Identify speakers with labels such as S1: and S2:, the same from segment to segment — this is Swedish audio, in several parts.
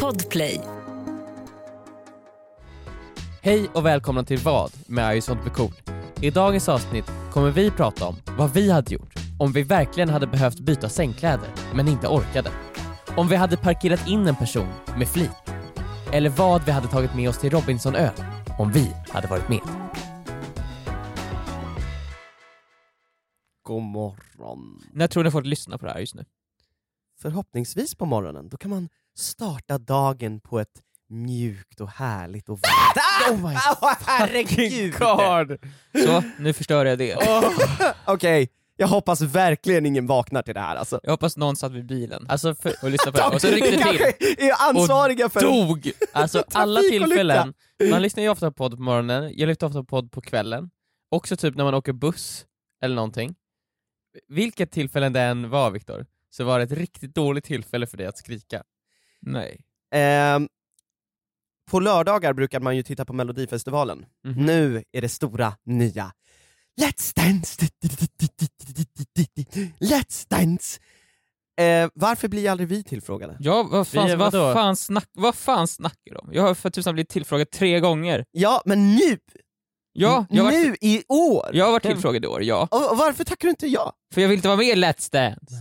S1: Podplay.
S2: Hej och välkomna till Vad med I sånt med cool. I dagens avsnitt kommer vi prata om vad vi hade gjort om vi verkligen hade behövt byta sängkläder men inte orkade. Om vi hade parkerat in en person med flit. Eller vad vi hade tagit med oss till Robinsonö om vi hade varit med.
S3: God morgon.
S4: När tror ni folk lyssnar på det här just nu?
S3: Förhoppningsvis på morgonen, då kan man starta dagen på ett mjukt och härligt och varmt... Ah!
S2: Oh my
S3: Åh, herregud! Okej,
S4: Så, nu förstör jag det.
S3: jag hoppas verkligen ingen vaknar till det här alltså.
S4: Jag hoppas någon satt vid bilen
S2: Alltså, för,
S4: och lyssnade på det här och så
S3: Ni
S4: ryckte till.
S3: kanske är ansvariga för...
S4: Dog!
S2: alltså alla
S3: Trafikolycka.
S2: tillfällen, man lyssnar ju ofta på podd på morgonen, jag lyssnar ofta på podd på kvällen, också typ när man åker buss eller någonting. Vilket tillfälle det än var Viktor, så var det ett riktigt dåligt tillfälle för dig att skrika.
S4: Nej.
S3: Ehm, på lördagar brukar man ju titta på Melodifestivalen.
S2: Mhm.
S3: Nu är det stora nya. Let's dance! Let's dance! Eh, varför blir aldrig vi tillfrågade?
S4: Ja, vad fan,
S2: Vi är-
S4: vad
S2: vadå?
S4: fan, snack, vad fan snackar de? Jag har för tusan blivit tillfrågad tre gånger.
S3: Ja, men nu!
S4: Ja, jag har varit,
S3: nu i år!
S4: jag har varit tillfrågad i år, ja.
S3: Och och varför tackar du inte ja?
S4: För jag vill inte vara med i Let's Dance.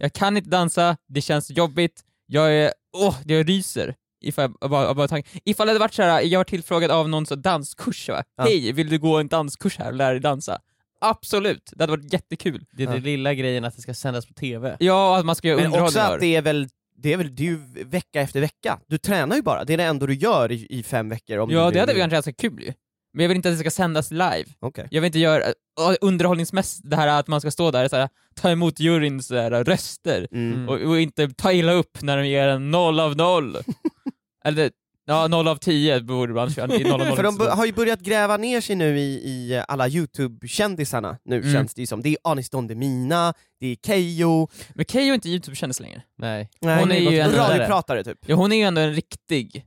S4: Jag kan inte dansa, det känns jobbigt, jag är... Åh, jag ryser. Ifall, jag bara, bara tanken. Ifall det hade varit så här, jag var tillfrågad av någon sån danskurs va?
S3: Ja.
S4: Hej, vill du gå en danskurs här och lära dig dansa? Absolut, det hade varit jättekul.
S2: Det är den lilla grejen att det ska sändas på TV.
S4: Ja, och att man ska göra
S3: Men också
S4: underhållning av
S3: att
S4: det.
S3: det är väl, det är väl det är ju vecka efter vecka. Du tränar ju bara, det är det enda du gör i, i fem veckor. Om
S4: Ja,
S3: du
S4: det hade varit kanske ganska kul ju. Men jag vill inte att det ska sändas live.
S3: Okej.
S4: Jag vill inte göra äh, underhållningsmässigt det här att man ska stå där och så här, ta emot juryns så här, röster
S3: Mm.
S4: och, och inte ta illa upp när de ger en noll av noll. Eller, ja, noll av tio borde man köra. i Noll av noll
S3: För de
S4: inte så
S3: bo-
S4: bra.
S3: har ju börjat gräva ner sig nu i, i alla YouTube-kändisarna nu
S4: Mm.
S3: känns det ju som. Det är Anis Don Demina, det är Keyyo,
S4: Men Keyyo är inte Youtube-kändis längre.
S2: Nej.
S4: Hon är ju en-
S3: radiopratare typ.
S4: Ja, hon är ju ändå en riktig, en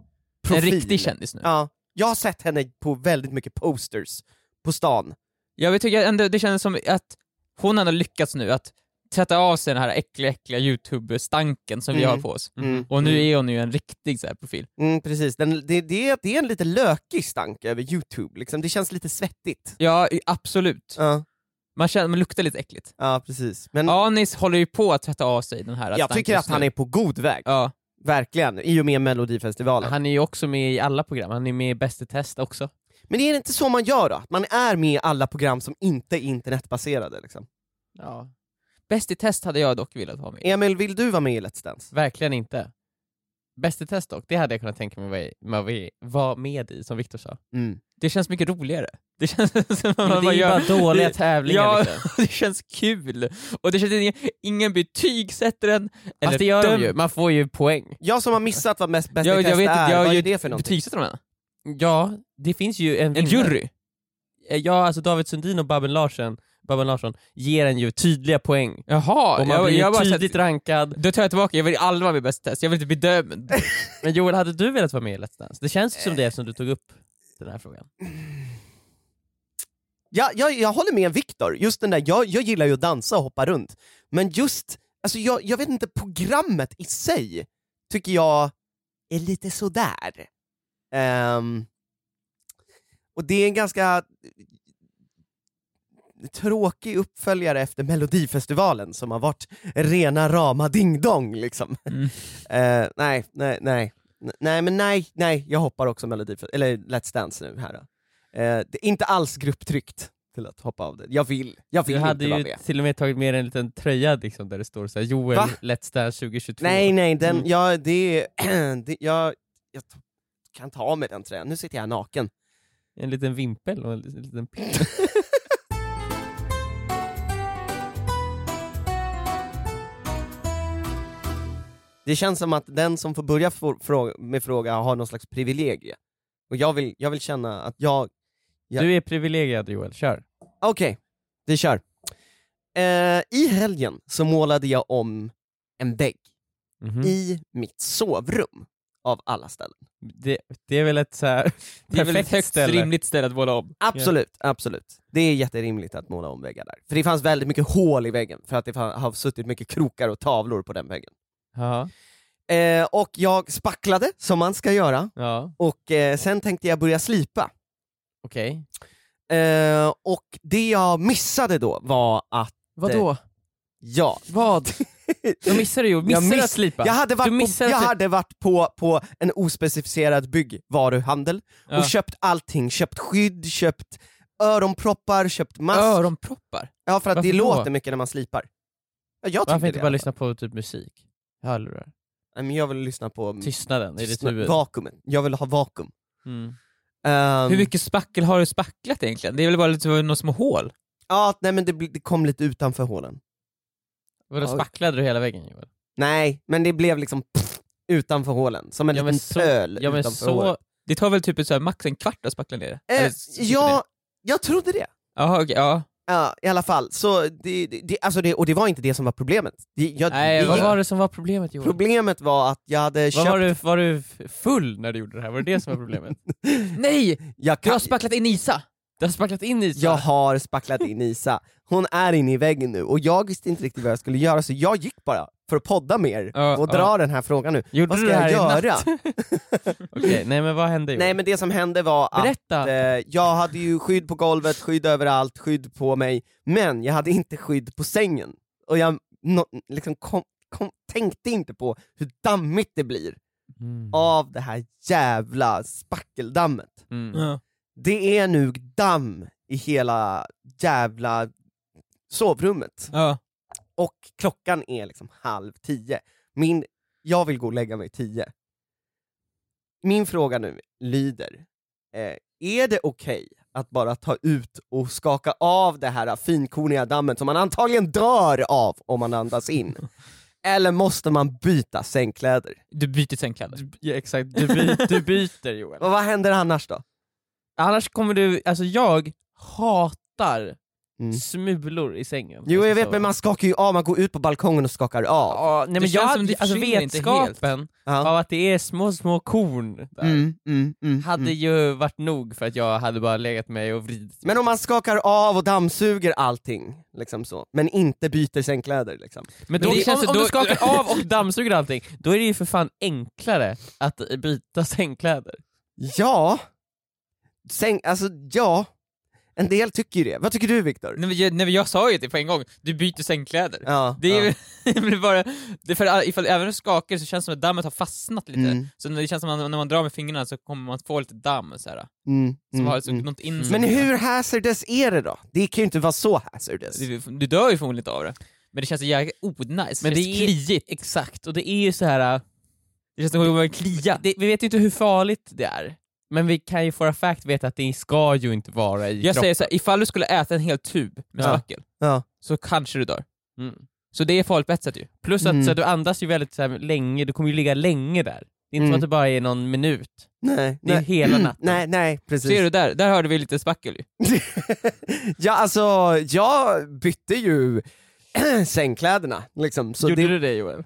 S3: Profil.
S4: riktig kändis nu.
S3: Ja. Jag har sett henne på väldigt mycket posters på stan.
S4: Jag vill tycka ändå, det känns som att hon ändå lyckats nu att tvätta av sig den här äckliga, äckliga Youtube-stanken som vi
S3: Mm.
S4: har på oss.
S3: Mm.
S4: Och nu är hon ju en riktig så här, profil.
S3: Mm, precis, Den, det, det, det är en lite lökig stank över YouTube, liksom. det känns lite svettigt.
S4: Ja, i- absolut.
S3: Ja,
S4: Man, känner, man luktar lite äckligt.
S3: ja precis. Men
S4: Anis håller ju på att tvätta av sig den här
S3: Mm. jag tycker att han är på god väg,
S4: Ja,
S3: verkligen, i och med Melodifestivalen.
S2: Han är ju också med i alla program, han är med i Bäst i test också.
S3: Men är det inte så man gör då? Att man är med i alla program som inte är internetbaserade. Liksom.
S2: Ja.
S4: Bäst i test hade jag dock velat ha med.
S3: Emil, vill du vara med i Let's Dance?
S2: Verkligen inte. Bäst i test dock, det hade jag kunnat tänka mig vara i- vara med, vara med i, som Viktor sa.
S3: Mm.
S4: Det känns mycket roligare. Det känns som att man
S2: Men det är
S4: bara
S2: ju bara
S4: gör...
S2: dåliga
S4: det-
S2: tävlingar liksom.
S4: Ja.
S2: Viktor.
S4: Det känns kul. Och det känns ingen, ingen betygsätter den. Eller
S2: Fast det gör de
S4: döm-
S2: ju, man får ju poäng.
S3: Jag som har missat vad mest, Bäst
S4: Jag-
S3: i
S4: jag
S3: test
S4: vet inte,
S3: är,
S4: jag-
S3: vad är
S4: jag-
S3: det för någonting?
S4: Betygsätter de den?
S2: Ja, det finns ju en,
S4: En
S2: vinnare.
S4: jury?
S2: Ja, alltså David Sundin och Babben Larsson, Babben Larsson ger en ju tydliga poäng.
S4: Jaha,
S2: och man blir ju
S4: har bara sett-
S2: tydligt rankad.
S4: Då tar jag tillbaka, jag vill aldrig vara med i Bäst i test. Jag vill inte bli dömd.
S2: Men Joel, hade du velat vara med i Let's Dance? Det känns ju som det som du tog upp den här frågan.
S3: Jag, jag, jag håller med Viktor, just den där, jag, jag gillar ju att dansa och hoppa runt, men just, alltså jag, jag vet inte, programmet i sig tycker jag är lite sådär. Um, och det är en ganska tråkig uppföljare efter Melodifestivalen som har varit rena rama ding-dong liksom.
S4: Mm.
S3: Eh, nej, nej, nej. N- Nej, men nej, nej, jag hoppar också Melodifestivalen, eller Let's Dance nu här då. Eh, det är inte alls grupptryckt till att hoppa av det. Jag vill, jag vill
S2: Du hade
S3: inte vara
S2: ju
S3: med.
S2: till och med tagit med dig en liten tröja liksom, där det står så här, Joel
S3: Va?
S2: Let's Dance 2022.
S3: Nej, nej, den,
S2: Mm.
S3: ja, det, det, jag, jag t- kan ta av mig den tröjan. Nu sitter jag naken.
S2: En liten vimpel och en liten- liten pinne.
S3: Det känns som att den som får börja for, fråga, med fråga har någon slags privilegie. Och jag vill, jag vill känna att jag, Ja.
S2: Du är privilegierad Joel, kör.
S3: okej, vi kör. Eh, I helgen så målade jag om en vägg
S2: Mhm.
S3: i mitt sovrum av alla ställen.
S2: Det, det är väl ett så här
S4: Det är väl ett
S2: perfekt
S4: högst
S2: ställe.
S4: rimligt ställe att måla om.
S3: Absolut, absolut. Det är jätterimligt att måla om väggar där. För det fanns väldigt mycket hål i väggen, för att det fa- har suttit mycket krokar och tavlor på den väggen.
S2: Ja.
S3: Eh, och jag spacklade, som man ska göra,
S2: Ja,
S3: och eh, sen tänkte jag börja slipa.
S2: okej.
S3: Eh, och det jag missade då var att,
S2: Vadå?
S3: ja,
S2: Vad? Jag missade ju, missade
S3: miss-
S2: att slipa.
S3: jag hade
S2: Du
S3: varit, på,
S2: missade
S3: jag
S2: att-
S3: hade varit på, på en ospecificerad byggvaruhandel
S4: Ja.
S3: och köpt allting, köpt skydd, köpt öronproppar, köpt mask.
S4: Öronproppar?
S3: Ja för att det
S2: Varför då?
S3: låter mycket när man slipar. Ja, jag tyckte
S2: Varför inte
S3: det.
S4: alltså.
S2: bara lyssna på typ musik? Hörlurar.
S3: Nej, men jag vill lyssna på
S2: Tystnaden i ditt
S3: tystnad-
S2: huvud.
S3: vakuumet. Jag vill ha vakuum.
S2: Mm.
S3: Ehm,
S4: Hur mycket spackel har du spacklat egentligen? Det är väl bara lite några små hål?
S3: Ja, nej men det, bli- det kom lite utanför hålen.
S2: Vadå,
S3: Ja.
S2: spacklade du hela väggen Joel?
S3: Nej, men det blev liksom pff, utanför hålen. Som en
S2: Ja, men
S3: liten
S2: så-
S3: pöl
S2: Ja men
S3: utanför
S2: så,
S3: hålen.
S4: Det tar väl typ ett så här, max en kvart att spackla ner det?
S3: Eh,
S4: Eller så- så-
S3: ja, jag trodde det.
S4: Jaha, okej, ja.
S3: Ja, i alla fall. Så det, det- det, alltså det, och det var inte det som var problemet. Det, jag,
S4: Nej,
S3: det,
S2: vad var det som var problemet Joel?
S3: Problemet var att jag hade
S2: Vad
S3: köpt...
S2: var, du, var du f- full när du gjorde det här? Var det det som var problemet?
S4: Nej!
S3: Jag,
S4: Du
S3: kan,
S4: har spacklat in Isa!
S2: Du har spacklat in i så-
S3: jag har spacklat in Isa. Hon är inne i väggen nu och jag visste inte riktigt vad jag skulle göra så jag gick bara för att podda med er
S4: Ja,
S3: och
S4: ja.
S3: dra den här frågan nu.
S2: Gjorde
S3: Vad
S2: du
S3: ska
S2: det här
S3: jag
S2: i natt?
S3: göra?
S2: Okej, nej men vad hände Joel?
S3: Nej men det som hände var att
S2: Berätta!
S3: Eh, jag hade ju skydd på golvet, skydd överallt, skydd på mig, men jag hade inte skydd på sängen. Och jag nå- liksom kom, kom, tänkte inte på hur dammigt det blir
S2: Mm.
S3: av det här jävla spackeldammet.
S2: Mm.
S3: Det är nu damm i hela jävla sovrummet.
S4: Ja.
S3: Och klockan är liksom halv tio. Min, jag vill gå och lägga mig tio. Min fråga nu lyder, eh, är det okej att bara ta ut och skaka av det här finkorniga dammet som man antagligen dör av om man andas in? Eller måste man byta sängkläder?
S4: Du byter sängkläder.
S2: Ja, exakt, du, by, du byter Joel.
S3: Och vad händer annars då?
S2: Annars kommer du, alltså jag hatar
S3: Mm.
S2: smulor i sängen.
S3: Jo jag
S2: ska
S3: vet
S2: sova.
S3: men man skakar ju av, man går ut på balkongen och skakar av.
S2: Alltså Ja, nej, men
S4: känns
S2: jag
S4: som
S2: hade,
S4: det
S2: alltså
S4: försvinner inte
S2: vetskapen
S3: Ja.
S2: av att det är små, små korn där
S3: Mm, mm, mm,
S2: hade
S3: mm.
S2: ju varit nog för att jag hade bara legat mig och vridit mig.
S3: Men om man skakar av och dammsuger allting, liksom så, men inte byter sängkläder liksom.
S2: Men då,
S4: det känns-
S2: om, om
S4: då-
S2: du skakar av och dammsuger allting, då är det ju för fan enklare att byta sängkläder.
S3: Ja, Säng, alltså ja, en del tycker ju det. Vad tycker du Viktor?
S4: Nej, men jag, nej, men jag sa ju det på en gång, du byter sängkläder.
S3: Ja,
S4: Det är
S3: ja.
S4: ju det blir bara, det är för ifall, även om det skakar så känns det som att dammet har fastnat lite.
S3: Mm.
S4: Så det känns som att när man drar med fingrarna så kommer man att få lite damm så här,
S3: Mm,
S4: som
S3: mm,
S4: har så,
S3: mm.
S4: något in sig.
S3: Men hur hazardous är det då? Det kan ju inte vara så hazardous.
S4: Du, du dör ju förmodligen inte av det. Men det känns så jävla onajs,
S2: Men
S4: det
S2: det
S4: känns
S2: är-
S4: kliigt.
S2: Exakt, och det är ju så här. äh,
S4: Det känns som att man börjar klia.
S2: det, vi vet ju inte hur farligt det är, men vi kan ju for a fact veta att det ska ju inte vara i
S4: Jag
S2: kroppen.
S4: säger så här, ifall du skulle äta en hel tub med
S3: Ja.
S4: spackel
S3: Ja.
S4: så kanske du dör.
S2: Mm.
S4: Så det är farligt på ett sätt ju.
S2: Plus att
S3: Mm.
S2: så här, du andas ju väldigt så här, länge, du kommer ju ligga länge där. Det är inte som
S3: Mm.
S2: att det bara är någon minut.
S3: Nej,
S2: Det är
S3: nej.
S2: hela natten.
S3: Nej, nej,
S4: Ser
S3: precis.
S4: du där? Där hörde vi lite spackel ju.
S3: ja, alltså, jag bytte ju sängkläderna liksom. Så
S2: Gjorde
S3: det,
S2: du det Joel?
S3: eh,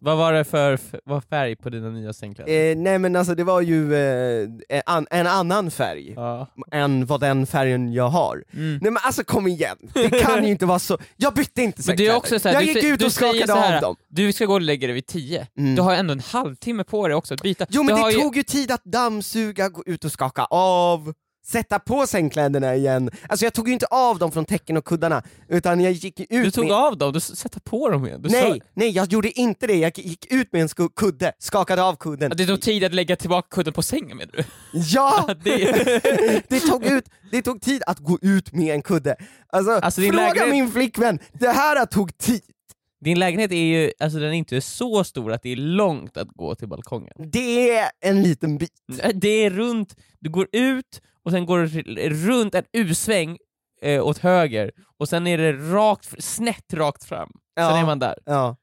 S2: Vad var det för f- vad färg på dina nya sängkläder?
S3: Eh, nej men alltså det var ju eh, en an- en annan färg
S2: Ja.
S3: än vad den färgen jag har.
S4: Mm.
S3: Nej men alltså kom igen, det kan ju inte vara så. Jag bytte inte
S4: Men du
S3: sängkläder.
S4: är också så här,
S3: jag
S4: du,
S3: gick
S4: sä-
S3: ut
S4: du
S3: och
S4: säger
S3: skakade
S4: så här,
S3: av dem.
S4: Du ska gå och lägga dig vid tio.
S3: Mm.
S4: Du har ändå en halvtimme på dig också att byta.
S3: Jo
S4: du
S3: men det
S4: har ju-
S3: tog ju tid att dammsuga, gå ut och skaka av, sätta på sängkläderna igen. Alltså jag tog ju inte av dem från täcken och kuddarna, utan jag gick ju ut
S2: Du tog
S3: med...
S2: av dem, du s- satte på dem igen. Du
S3: Nej,
S2: sa-
S3: nej jag gjorde inte det. Jag gick ut med en sko- kudde, skakade av kudden.
S4: Att Det tog tid att lägga tillbaka kudden på sängen menar du?
S3: Ja!
S4: Att det...
S3: Det tog, ut, det tog tid att gå ut med en kudde. Alltså,
S2: Alltså, din
S3: fråga
S2: lägenhet-
S3: min flickvän, det här tog tid.
S2: Din lägenhet är ju, alltså den är inte så stor att det är långt att gå till balkongen. Äh,
S3: Det är en liten bit.
S2: Det är runt, du går ut och sen går du till- runt en U-sväng eh, åt höger och sen är det rakt, fr- snett rakt fram. Sen
S3: Ja.
S2: är man där.
S3: Ja.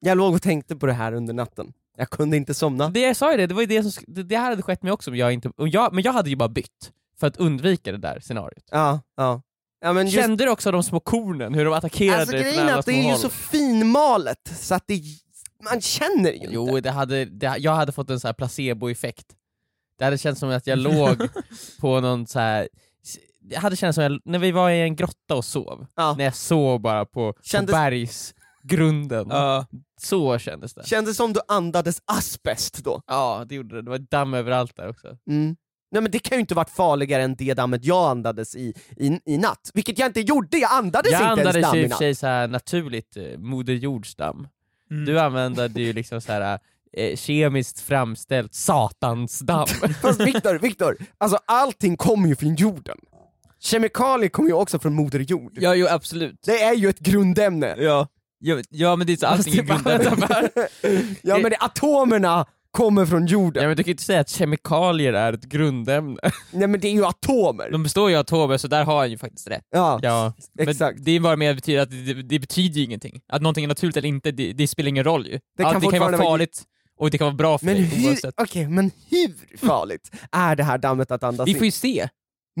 S3: Jag låg och tänkte på det här under natten. Jag kunde inte somna.
S2: Det jag sa ju det, det var ju det som, sk- det, det här hade skett mig också, men jag, inte, och jag, men jag hade ju bara bytt för att undvika det där scenariot.
S3: Ja, ja. ja men just,
S2: Kände du också de små kornen, hur de attackerade
S3: alltså,
S2: dig från
S3: grejen är
S2: alla
S3: att det
S2: små
S3: är ju
S2: håll?
S3: så finmalet så att det, man känner ju inte.
S2: Jo, det hade, det, jag hade fått en så här placeboeffekt. Det hade känts som att jag låg på någon så här. Det hade känts som att jag, när vi var i en grotta och sov,
S3: Ja.
S2: när jag sov bara på,
S3: Kändes-
S2: på bergs, grunden.
S4: Ja.
S2: Så kändes det.
S3: Kändes som du andades asbest då.
S2: Ja, det gjorde det. Det var damm överallt där också.
S3: Mm. Nej men det kan ju inte varit farligare än det dammet jag andades i, i, i natt. Vilket jag inte gjorde, jag andades
S2: Jag
S3: inte ens
S2: andades
S3: damm
S2: ju i
S3: i
S2: och för
S3: natt.
S2: sig så här naturligt eh, Moder Jords damm.
S4: Mm.
S2: Du använde ju liksom så här eh, kemiskt framställt satansdamm.
S3: Fast Viktor, Viktor, alltså allting kommer ju från jorden. Kemikalier kommer ju också från moder jord.
S4: Ja, jo absolut.
S3: Det är ju ett grundämne.
S4: Ja. Jo, ja men det är så
S2: Fast
S4: allting är
S2: det är bara-
S4: grundat.
S3: Ja men det, atomerna kommer från jorden.
S2: ja, men du kan ju inte säga att kemikalier är ett grundämne.
S3: Nej men det är ju atomer.
S4: De består ju av atomer så där har han ju faktiskt rätt.
S3: Ja,
S2: Ja.
S4: Men
S3: exakt.
S4: Det är bara mer betyder att det, det betyder ju ingenting. Att någonting är naturligt eller inte, det, det spelar ingen roll ju.
S3: kan
S4: Allt, det kan ju vara
S3: fortfarande vara-
S4: farligt och det kan vara bra för
S3: Men
S4: dig
S3: hur,
S4: oavsett.
S3: okej, men hur farligt är det här dammet att andas
S4: Vi får
S3: in?
S4: ju se,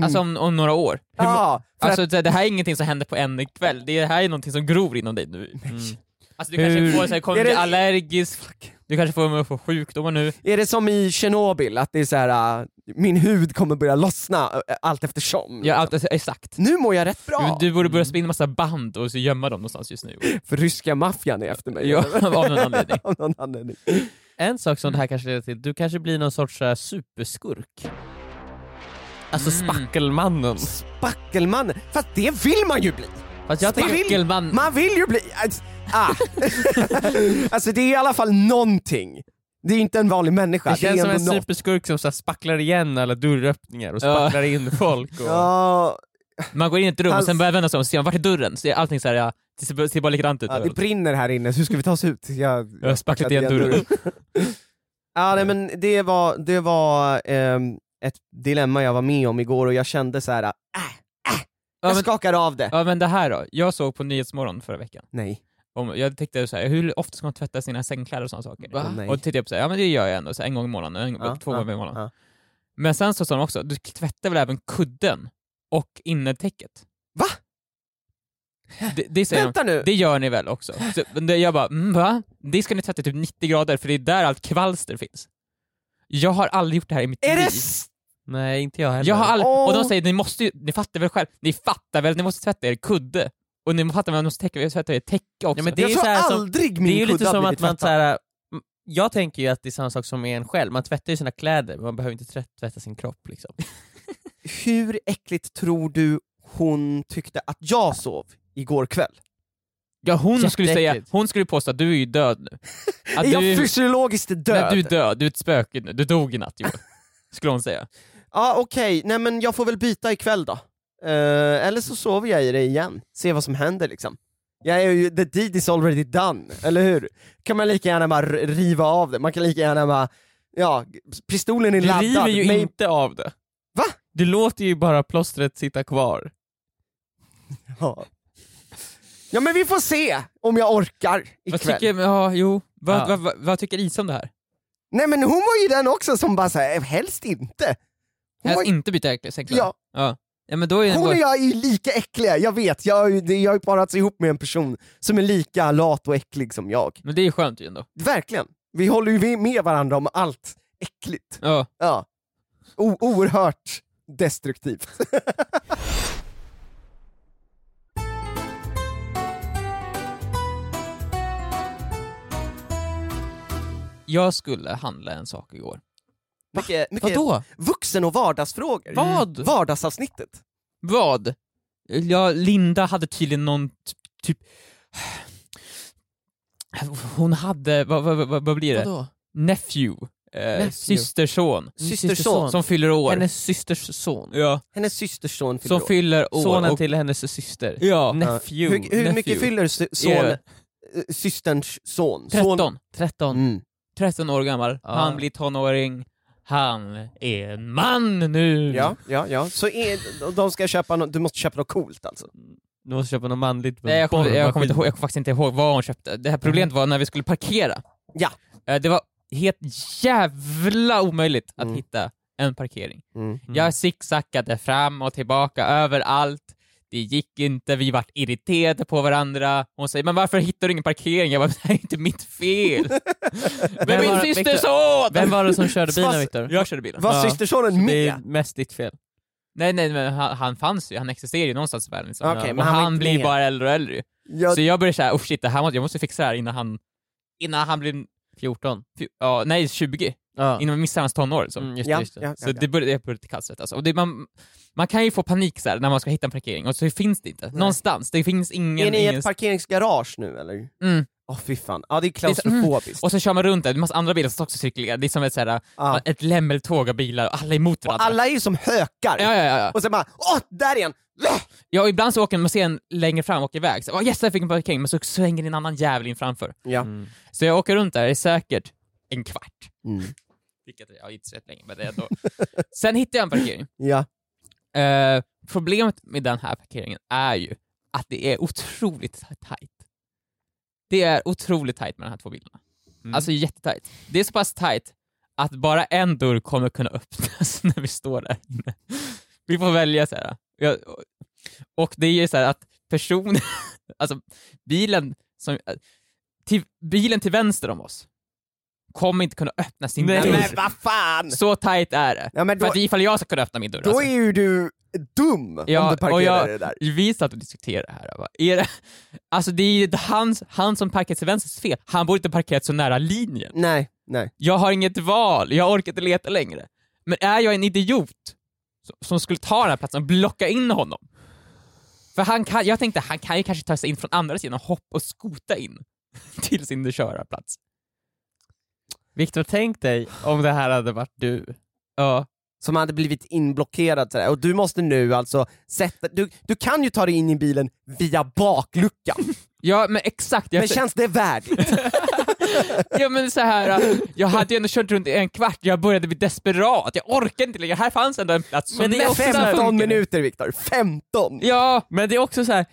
S4: alltså om, om några år. Hur må-
S3: Ja, Mm. för
S4: Alltså det det här är ingenting som händer på en kväll, det här är någonting som gror inom dig nu. Mm. Alltså du
S2: Hur-
S4: kanske får, så här, kommer
S3: Är det-
S4: bli allergisk, du kanske får får sjukdomar nu.
S3: att, är det som i Tjernobyl, att det är så här, äh, min hud kommer börja lossna äh, allt eftersom?
S4: Ja, allt, alltså, exakt.
S3: Nu mår jag rätt
S4: Du,
S3: bra,
S4: du borde börja spinna massa band och så gömma dem någonstans just nu.
S3: för ryska maffian är efter mig.
S4: Ja, av någon anledning.
S3: Av någon anledning.
S2: En sak som det här
S4: Mm.
S2: kanske leder till, du kanske blir någon sorts så här superskurk. Alltså
S4: Mm.
S2: Spackelmannen.
S3: Spackelman, fast det vill man ju bli!
S2: Fast jag
S3: Spack-
S2: tänker,
S4: Fackelman.
S3: Man vill ju bli... alltså, Ah. alltså det är i alla fall någonting. Det är inte en vanlig människa.
S2: det
S3: är
S2: känns som en
S3: ändå något.
S2: superskurk som så här spacklar igen alla dörröppningar och spacklar in folk. Och...
S3: Ja,
S4: Man går in i ett rum och
S3: Alltså-
S4: sen börjar vända sig om och ser vart är dörren? Så är allting såhär, ja, det ser, ser bara likadant ut.
S3: ja, det
S4: överallt.
S3: brinner här inne, så hur ska vi ta oss ut? Jag,
S4: jag har spacklat igen dörren.
S3: Ja, nej, men det var, det var ehm, ett dilemma jag var med om igår och jag kände så här. Äh,
S4: Ja
S3: jag
S4: men,
S3: skakar av det.
S4: ja men det här då, jag såg på Nyhetsmorgon förra veckan,
S3: Nej.
S4: om, jag tänkte så här, hur ofta ska man tvätta sina sängkläder och sådana saker?
S3: Åh, nej.
S4: Och då tittade jag på så här, ja men det gör jag ändå, så här, en gång i månaden, en,
S3: Ja,
S4: två
S3: ja,
S4: gånger i månaden.
S3: ja.
S4: Men sen så sa de också, du tvättar väl även kudden och innertäcket?
S3: Va?
S4: Det, det, säger de,
S3: Vänta nu!
S4: det gör ni väl också? Så, men det- jag bara, mm, va? Det ska ni tvätta typ 90 grader för det är där allt kvalster finns. Jag har aldrig gjort det här i mitt
S3: är
S4: liv.
S3: det s-
S2: Nej, inte jag heller.
S4: Jag har all... Och de
S3: Åh.
S4: säger, ni måste ju, ni fattar väl själv, ni fattar väl, ni måste tvätta er kudde. Och ni fattar väl, ni måste täcka, tvätta er täcke också.
S2: Ja, men det är
S3: Jag
S2: ju
S3: tror
S2: så här som-
S3: aldrig min
S2: det är ju lite
S3: kudde har
S2: som
S3: blivit
S2: att man så
S3: tvättad.
S2: här, m- jag tänker ju att det är samma sak som med en själv, man tvättar ju sina kläder men man behöver inte trä- tvätta sin kropp liksom.
S3: Hur äckligt tror du hon tyckte att jag sov igår kväll?
S4: Ja, hon skulle, säga,
S2: Jätteäckligt.
S4: hon skulle påstå att du är ju död nu. Att
S3: är
S4: du,
S3: jag fysiologiskt död?
S4: Nej, du är död, du är ett spöke nu, du dog i natt jo. Skulle hon säga.
S3: Ja okej, nej men jag får väl byta ikväll då. Eh, eller så sover jag i det igen, se vad som händer liksom. Jag är ju, the deed is already done, eller hur? Kan man lika gärna bara r- riva av det, man kan lika gärna bara, ja, pistolen är
S2: Du
S3: laddad.
S2: river ju
S3: men-
S2: inte av det.
S3: Va?
S2: Du låter ju bara plåstret sitta kvar.
S3: ja. ja men vi får se om jag orkar
S4: Vad
S3: ikväll.
S4: tycker, ja, jo. Vad,
S2: Ja.
S4: Vad, vad, vad tycker Isa om det här?
S3: Nej men hon var ju den också som bara såhär, helst inte. Hon,
S4: Helst
S3: var,
S4: Alltså, inte byta äcklig sängkläder?
S3: ja,
S4: ja. Ja, men då är det
S3: hon och
S4: bara,
S3: jag är ju lika äckliga, jag vet. Jag, har ju- det- jag har ju parats ihop med en person som är lika lat och äcklig som jag.
S4: men det är ju skönt ju ändå.
S3: Verkligen. Vi håller ju med varandra om allt äckligt.
S4: Ja.
S3: Ja. O- oerhört destruktivt.
S4: Jag skulle handla en sak igår.
S3: Mycket, mycket
S2: Vadå?
S3: vuxen och vardagsfrågor. Mm.
S4: Vad?
S3: Vardagsavsnittet.
S4: Vad? Ja, Linda hade tydligen någon t- typ... Hon hade, vad, vad, vad, vad blir det?
S2: Vadå?
S4: Nephew. Eh,
S2: Nephew.
S4: Systerson.
S3: Systerson.
S4: Som fyller år.
S2: Hennes systers son.
S4: Ja,
S3: Hennes systers son fyller
S4: som
S3: år.
S4: fyller år.
S2: Sonen
S4: och-
S2: till hennes syster.
S4: Ja.
S3: Ja.
S2: Nephew.
S3: Hur, hur
S2: nephew.
S3: mycket fyller sy- son,
S4: Är det?
S3: eh, systerns son? Son,
S4: 13.
S2: 13.
S3: mm.
S4: 13 år gammal.
S2: Ja.
S4: Han blir tonåring. Han är en man nu!
S3: Ja, ja, ja. Så är, de ska köpa no- du måste köpa något coolt alltså?
S2: Du måste köpa något manligt.
S4: Nej, jag, kommer, jag, kommer inte
S2: borrmaskin.
S4: ihåg, jag kommer faktiskt inte ihåg vad hon köpte. Det
S2: Mm.
S4: här problemet var när vi skulle parkera.
S3: Ja.
S4: Eh, Det var helt jävla omöjligt att
S3: Mm.
S4: hitta en parkering.
S3: Mm.
S2: Mm.
S4: Jag zigzackade fram och tillbaka överallt. Det gick inte, vi vart irriterade på varandra. Hon säger “men varför hittar du ingen parkering?” Jag bara “det här är inte mitt fel”. Men
S2: Vem
S4: min
S2: var-
S4: systers
S2: Victor,
S4: son!
S2: Vem var det som körde bilen
S3: Fast-
S2: Viktor?
S4: Jag körde bilen.
S3: Var
S2: Ja.
S3: systersonen
S2: Det är
S3: med?
S2: mest ditt fel.
S4: Nej, nej, men han, han fanns ju, han existerar ju någonstans i världen. Liksom.
S3: Okej,
S4: och
S3: men han
S4: han,
S3: var inte
S4: blir
S3: med.
S4: bara äldre och äldre ju.
S3: Jag,
S4: Så jag börjar såhär, oh shit, det här måste, jag måste fixa det här innan han, innan han blir,
S2: 14.
S4: ja, nej 20,
S2: Ja.
S4: innan vi missar hans tonår liksom.
S2: Mm, just det,
S3: ja,
S2: just det.
S3: ja,
S4: Så det började, jag började till kastret alltså. Och det, man, man kan ju få panik så här, när man ska hitta en parkering och så finns det inte. Någonstans, det finns ingen...
S3: Är ni i
S4: ingen
S3: ett parkeringsgarage nu eller?
S4: Mm.
S3: Åh fy fan, ja det är
S4: är så- mm.
S3: klaustrofobiskt.
S4: och så Mm. kör man runt där, det är en massa andra bilar som också cirkulerar, det är som ett, så här,
S3: Ja.
S4: ett lämmeltåg av bilar och alla är emot
S3: Och
S4: varandra.
S3: alla är ju som hökar.
S4: Ja, ja, ja, ja.
S3: Och sen bara åh, där är en!
S4: ja, och ibland så åker man ser en längre fram och åker iväg, så, oh, yes, jag fick en parkering, men så svänger en annan jävel in framför.
S3: Ja.
S4: Så jag åker runt där, det är säkert en kvart.
S3: Mm.
S4: Vilket, ja, inte så länge, men det är ändå. Sen hittar jag en parkering.
S3: Ja.
S4: Eh, problemet med den här parkeringen är ju att det är otroligt tajt. Det är otroligt tajt med de här två bilarna.
S3: Mm.
S4: Alltså jättetajt. Det är så pass tajt att bara en dörr kommer kunna öppnas när vi står där inne. Vi får välja så här. Jag- Och det är ju så här att personen, alltså bilen som, eh, till, bilen till vänster om oss kommer inte kunna öppna sin
S3: Nej, men
S4: dörr.
S3: vad fan!
S4: Så tajt är det.
S3: Ja, men
S4: För
S3: då,
S4: att ifall jag ska kunna öppna min dörr
S3: då
S4: alltså.
S3: är ju du dum om
S4: Ja,
S3: du
S4: och
S3: parkerar
S4: jag-
S3: det där.
S4: Vi satt och diskuterade det här. va. Är det, alltså det är ju hans, han som parkerat till vänsters fel. Han borde inte ha parkerat så nära linjen.
S3: Nej, nej.
S4: Jag har inget val, jag orkar inte leta längre. Men är jag en idiot som, som skulle ta den här platsen och blocka in honom? För han kan, jag tänkte han kan ju kanske ta sig in från andra sidan och hoppa och skota in till sin körarplats.
S2: Viktor, tänk dig om det här hade varit du.
S4: Ja.
S3: Som hade blivit inblockerad sådär. Och du måste nu alltså sätta... Du, du kan ju ta dig in i bilen via bakluckan.
S4: ja, men exakt. Jag,
S3: men känns det värdigt?
S4: Ja men så här, äh, jag hade ju ändå kört runt i en kvart, jag började bli desperat, jag orkade inte längre, här fanns ändå en plats som
S2: Men Alltså, det är
S4: nästan
S2: ofta-
S3: 15
S4: funkar.
S3: minuter Viktor, 15!
S4: Ja,
S2: Men det är också så här.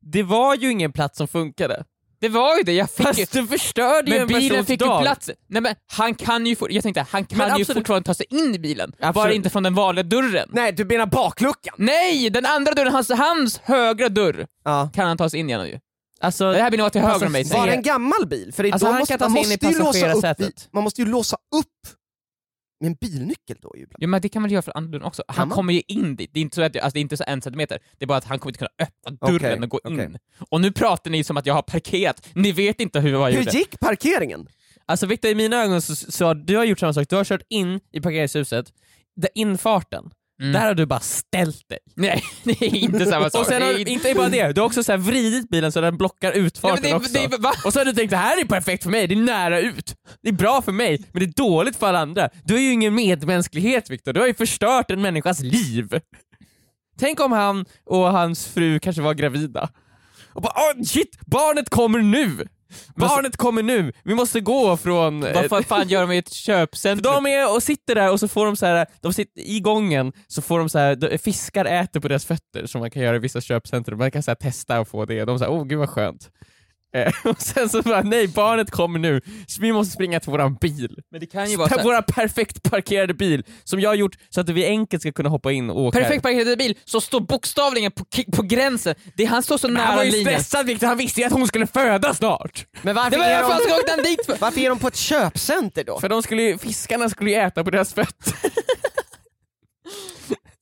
S2: det var ju ingen plats som funkade.
S4: det var ju det, jag fick ju,
S2: Fast du förstörde ju
S4: men
S2: en
S4: bilen
S2: persons
S4: fick ju
S2: dag.
S4: plats. Nej men han kan ju, for, jag tänkte han kan
S2: Men
S4: ju
S2: absolut.
S4: fortfarande ta sig in i bilen, bara
S2: Absolut.
S4: inte från den vanliga dörren.
S3: Nej, du menar bakluckan?
S4: Nej, den andra dörren, hans, hans högra dörr
S3: Ja.
S4: kan han ta sig in genom ju.
S2: Alltså,
S4: Det här blir nog till höger om mig.
S2: Alltså,
S3: Var
S4: säger
S3: det
S4: jag.
S3: en gammal bil? För det-
S2: Alltså,
S3: då
S2: han
S3: måste,
S2: kan ta
S3: man
S2: sig in
S3: måste
S2: i
S3: ju låsa upp
S2: passagerarsätet.
S3: man måste ju låsa upp med en bilnyckel då ju ibland.
S4: Ja men det kan man väl göra för andra dörren också. Han
S3: man?
S4: kommer ju in dit, det är inte så att jag, alltså, det är inte så en centimeter, det är bara att han kommer inte kunna öppna dörren
S3: Okej,
S4: och gå
S3: okej.
S4: in. Och nu pratar ni som att jag har parkerat, ni vet inte hur jag gjorde.
S3: Hur gick parkeringen?
S2: Alltså Victor, i mina ögon så, så har du har gjort samma sak. Du har kört in i parkeringshuset, där infarten,
S4: Mm.
S2: där har du bara ställt dig.
S4: Nej, det är inte samma sak.
S2: Och sen
S4: Alltså, det
S2: har,
S4: är inte...
S2: inte bara det, du har också så här vridit bilen så den blockar
S4: Nej,
S2: utfarten
S4: men det, är-
S2: också.
S4: det, är- va?
S2: Och så har du tänkt det här är perfekt för mig, det är nära ut. Det är bra för mig, men det är dåligt för alla andra. Du är ju ingen medmänsklighet Viktor, du har ju förstört en människas liv. Tänk om han och hans fru kanske var gravida. Och bara oh, shit, barnet kommer nu! Barnet kommer nu, vi måste gå från... eh,
S4: Vad fan gör de i ett köpcentrum?
S2: de är och sitter där och så får de så här, de sitter i gången så får de så här, de- fiskar äter på deras fötter som man kan göra i vissa köpcentrum. Man kan så här testa och få det och de säger åh oh, gud vad skönt. Eh, och sen så bara nej barnet kommer nu, så vi måste springa till våran bil.
S4: Men det kan ju vara så här,
S2: Våra perfekt parkerade bil som jag har gjort så att vi enkelt ska kunna hoppa in och åka.
S4: perfekt parkerad bil, så står bokstavligen på, ki- på gränsen. Det, han står så
S2: här. Han
S4: nära
S2: var ju
S4: linjen.
S2: stressad Victor, han visste ju att hon skulle föda snart.
S3: Men varför,
S4: Det var
S3: är
S4: därför han
S3: de,
S4: ska åka den dit för.
S3: varför är de på ett köpcenter då?
S2: För de skulle ju, fiskarna skulle ju äta på deras fötter.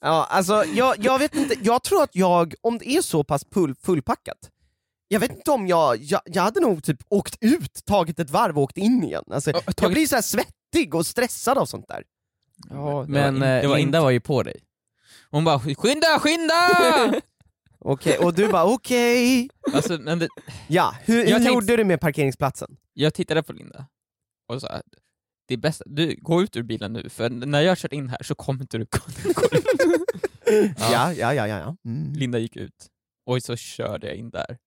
S3: Ja, alltså, jag, jag vet inte, jag tror att jag, om det är så pass pull, fullpackat, jag vet inte om jag, jag, jag hade nog typ åkt ut, tagit ett varv och åkt in igen. Alltså, Jag
S4: tagit-
S3: blir så här svettig och stressad av sånt där.
S2: Men eh,
S4: det var in- det var
S2: Linda var ju på dig.
S4: Hon bara skynda, skynda!
S3: Okej, och du bara okej.
S4: alltså, men det,
S3: Ja, hur, hur
S4: Jag tänkte-
S3: gjorde du med parkeringsplatsen?
S4: jag tittade på Linda och sa att det är bäst, du gå ut ur bilen nu för när jag har kört in här så kommer inte du kunna gå ut.
S3: Ja, ja, ja, ja. ja. Mm.
S4: Linda gick ut och så körde jag in där.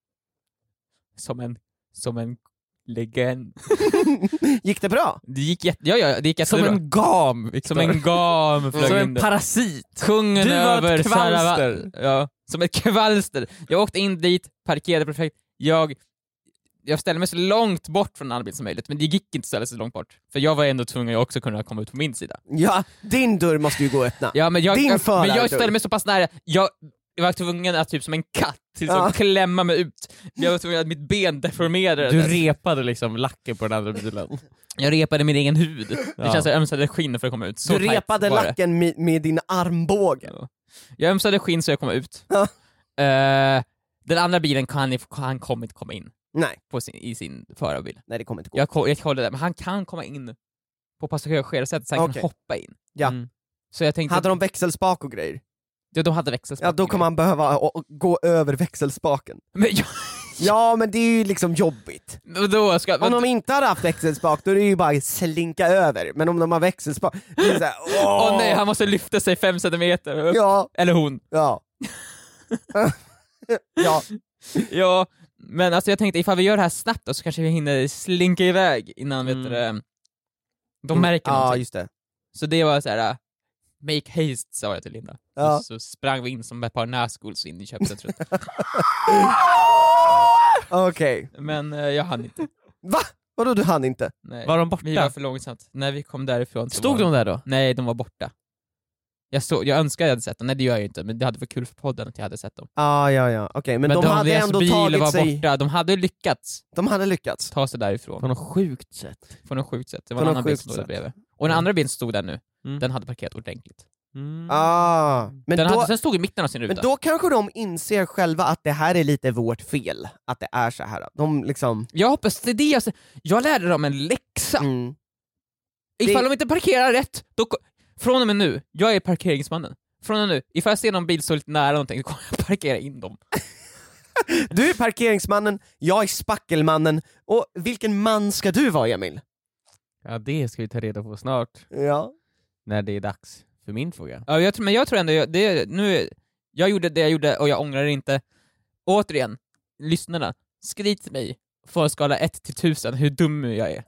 S4: Som en, som en legend.
S3: Mm. Gick det bra?
S4: Det gick, jätte, ja, ja, det gick
S2: Som
S4: jättebra.
S2: en gam
S4: som en gam flög
S2: Som
S4: in
S2: en
S4: där.
S2: parasit.
S4: Kungen
S2: Du var ett
S4: över Sarava-
S2: kvalster.
S4: Ja, som ett kvalster. Jag åkte in dit, parkerade perfekt. Jag, jag ställde mig så långt bort från Albin som möjligt, men det gick inte att ställa sig långt bort. För jag var ändå tvungen att också kunna komma ut på min sida.
S3: Ja, din dörr måste ju gå att öppna.
S4: Ja, men jag,
S3: Din
S4: jag, men
S3: förare,
S4: jag
S3: du.
S4: ställde mig så pass nära, jag, jag var tvungen att typ som en katt till
S3: Ja.
S4: att klämma mig ut. Jag var tvungen att mitt ben deformerades.
S2: Du repade liksom lacken på den andra bilen.
S4: jag repade min egen hud.
S2: Ja.
S4: Det känns som jag ömsade skinn för att komma ut. Så
S3: Du
S4: tajt
S3: repade
S4: var det.
S3: lacken med, med din armbåge.
S4: Ja. Jag ömsade skinn så jag kom ut.
S3: Ja.
S4: Eh, den andra bilen kan han, han kommer inte komma in
S3: Nej,
S4: på sin, i sin förarbil.
S3: nej det kommer inte gå.
S4: Jag, ko- jag kollade, där, men han kan komma in på passagerarsätet så han
S3: Okej.
S4: kan hoppa in.
S3: Ja.
S4: Mm. Så jag tänkte,
S3: Hade de växelspak och grejer,
S4: ja, de hade växelspak.
S3: ja då kommer han behöva å- å- gå över växelspaken.
S4: Men jag,
S3: Ja men det är ju liksom jobbigt.
S4: men då ska,
S3: Om
S4: men,
S3: de inte hade haft växelspak då är det ju bara slinka över, men om de har växelspak, det är såhär åh!
S4: Åh nej, han måste lyfta sig fem centimeter. upp.
S3: Ja,
S4: Eller hon.
S3: ja. ja,
S4: Ja, men alltså jag tänkte ifall vi gör det här snabbt då, så kanske vi hinner slinka iväg innan vet
S2: Mm.
S4: du, det, de märker
S3: Ja
S4: någonting.
S3: just det.
S4: Så det var så här. äh, make haste sa jag till Linda.
S3: Ja.
S4: Och så sprang vi in som ett par näsgolvs in i köpcentret.
S3: Okej,
S4: men eh, jag hann inte.
S3: va? Vadå du hann inte?
S4: Nej.
S2: Var de borta?
S4: Vi var för långsamt. När vi kom därifrån så
S2: Stod
S4: var
S2: de där då?
S4: Nej, de var borta. Jag, såg, jag önskar jag hade sett dem, nej det gör jag ju inte, men det hade varit kul för podden att jag hade sett dem.
S3: Ah, ja, ja, okej, men, de, hade
S4: deras
S3: ändå
S4: bil
S3: tagit
S4: var
S3: sig...
S4: borta, de hade lyckats
S3: De hade lyckats.
S4: ta sig därifrån.
S2: På något sjukt sätt.
S4: På något sjukt sätt. Det var en
S3: På något
S4: annan bil
S3: sjukt
S4: som stod där
S3: sätt.
S4: bredvid. Och den andra bilen som stod där nu,
S2: Mm.
S4: den hade parkerat ordentligt.
S2: Mm.
S3: Ah, men,
S4: den,
S3: då,
S4: hade, den stod i mitten av sin ruta.
S3: men då kanske de inser själva att det här är lite vårt fel, att det är så här. De liksom...
S4: Jag hoppas, det är det jag säger. Jag lärde dem en läxa.
S3: Mm.
S4: Ifall
S3: Det-
S4: de inte parkerar rätt, då... ko- Från och med nu, jag är parkeringsmannen. Från och med nu, ifall jag ser någon bil så lite nära någonting, då kommer jag parkera in dem.
S3: Du är parkeringsmannen, jag är spackelmannen, och vilken man ska du vara Emil?
S2: Ja, det ska vi ta reda på snart,
S3: Ja.
S2: när det är dags för min fråga.
S4: Ja, jag tror, men jag tror ändå, jag, det, nu, jag gjorde det jag gjorde och jag ångrar det inte. Återigen, lyssnarna, skriv till mig för skala 1 till 1000 hur dum jag är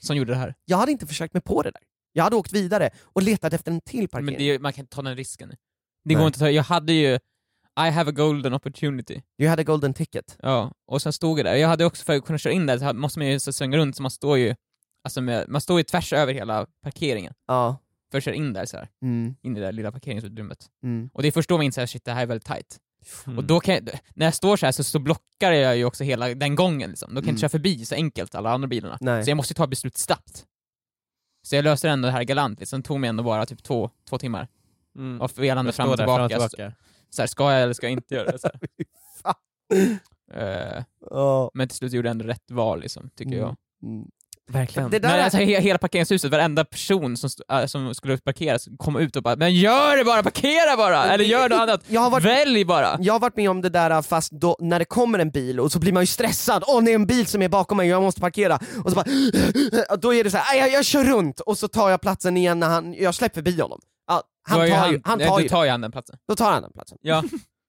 S4: som gjorde det här.
S3: Jag hade inte försökt mig på det där. Jag hade åkt vidare och letat efter en till parkering.
S4: Men det, är ju- man kan inte ta den risken. Det
S3: Nej.
S4: går inte att ta, jag hade ju I have a golden opportunity.
S3: Du hade golden ticket.
S4: Ja, och sen stod jag där. Jag hade också, för att kunna köra in där så här måste man ju så svänga runt så man står ju, alltså med, man står ju tvärs över hela parkeringen
S3: Ja.
S4: för att köra in där så här,
S3: Mm.
S4: in i det där lilla parkeringsutrymmet.
S3: Mm.
S4: Och det är först då man inser shit det här är väldigt tight.
S2: Mm.
S4: Och då kan jag, när jag står så här så, så blockar jag ju också hela den gången liksom. Då kan jag
S3: Mm.
S4: inte köra förbi så enkelt alla andra bilarna.
S3: Nej.
S4: Så jag måste ju ta beslut snabbt. Så jag löser ändå det här galant, liksom. det tog mig ändå bara typ två, två timmar
S2: Mm.
S4: av velande
S2: Jag
S4: fram
S2: står
S4: och
S2: där
S4: tillbaka.
S2: tillbaka.
S4: så här, ska jag eller ska jag inte göra det? Så här.
S3: fan.
S4: Eh,
S3: Ja.
S4: men till slut gjorde jag ändå rätt val, liksom, tycker
S3: Mm.
S4: jag.
S3: Mm.
S2: Verkligen.
S3: Det där
S4: Men
S3: är-
S4: alltså, he hela parkeringshuset, varenda person som, st- äh, som skulle parkeras kom ut och bara “Men gör det bara, parkera bara!”
S3: Men
S4: Eller
S3: det-
S4: gör något annat,
S3: Jag har varit
S4: välj bara!
S3: Jag har varit med om det där äh, fast då, när det kommer en bil och så blir man ju stressad, åh det är en bil som är bakom mig och jag måste parkera. Och så bara, då är det så här, "Aj, jag, jag kör runt och så tar jag platsen igen när han, jag släpper förbi honom. Ja, han,
S4: Då är
S3: tar ju, han
S4: nej,
S3: tar
S4: då
S3: ju,
S4: tar ju han den platsen.
S3: då tar han den platsen.
S4: Ja.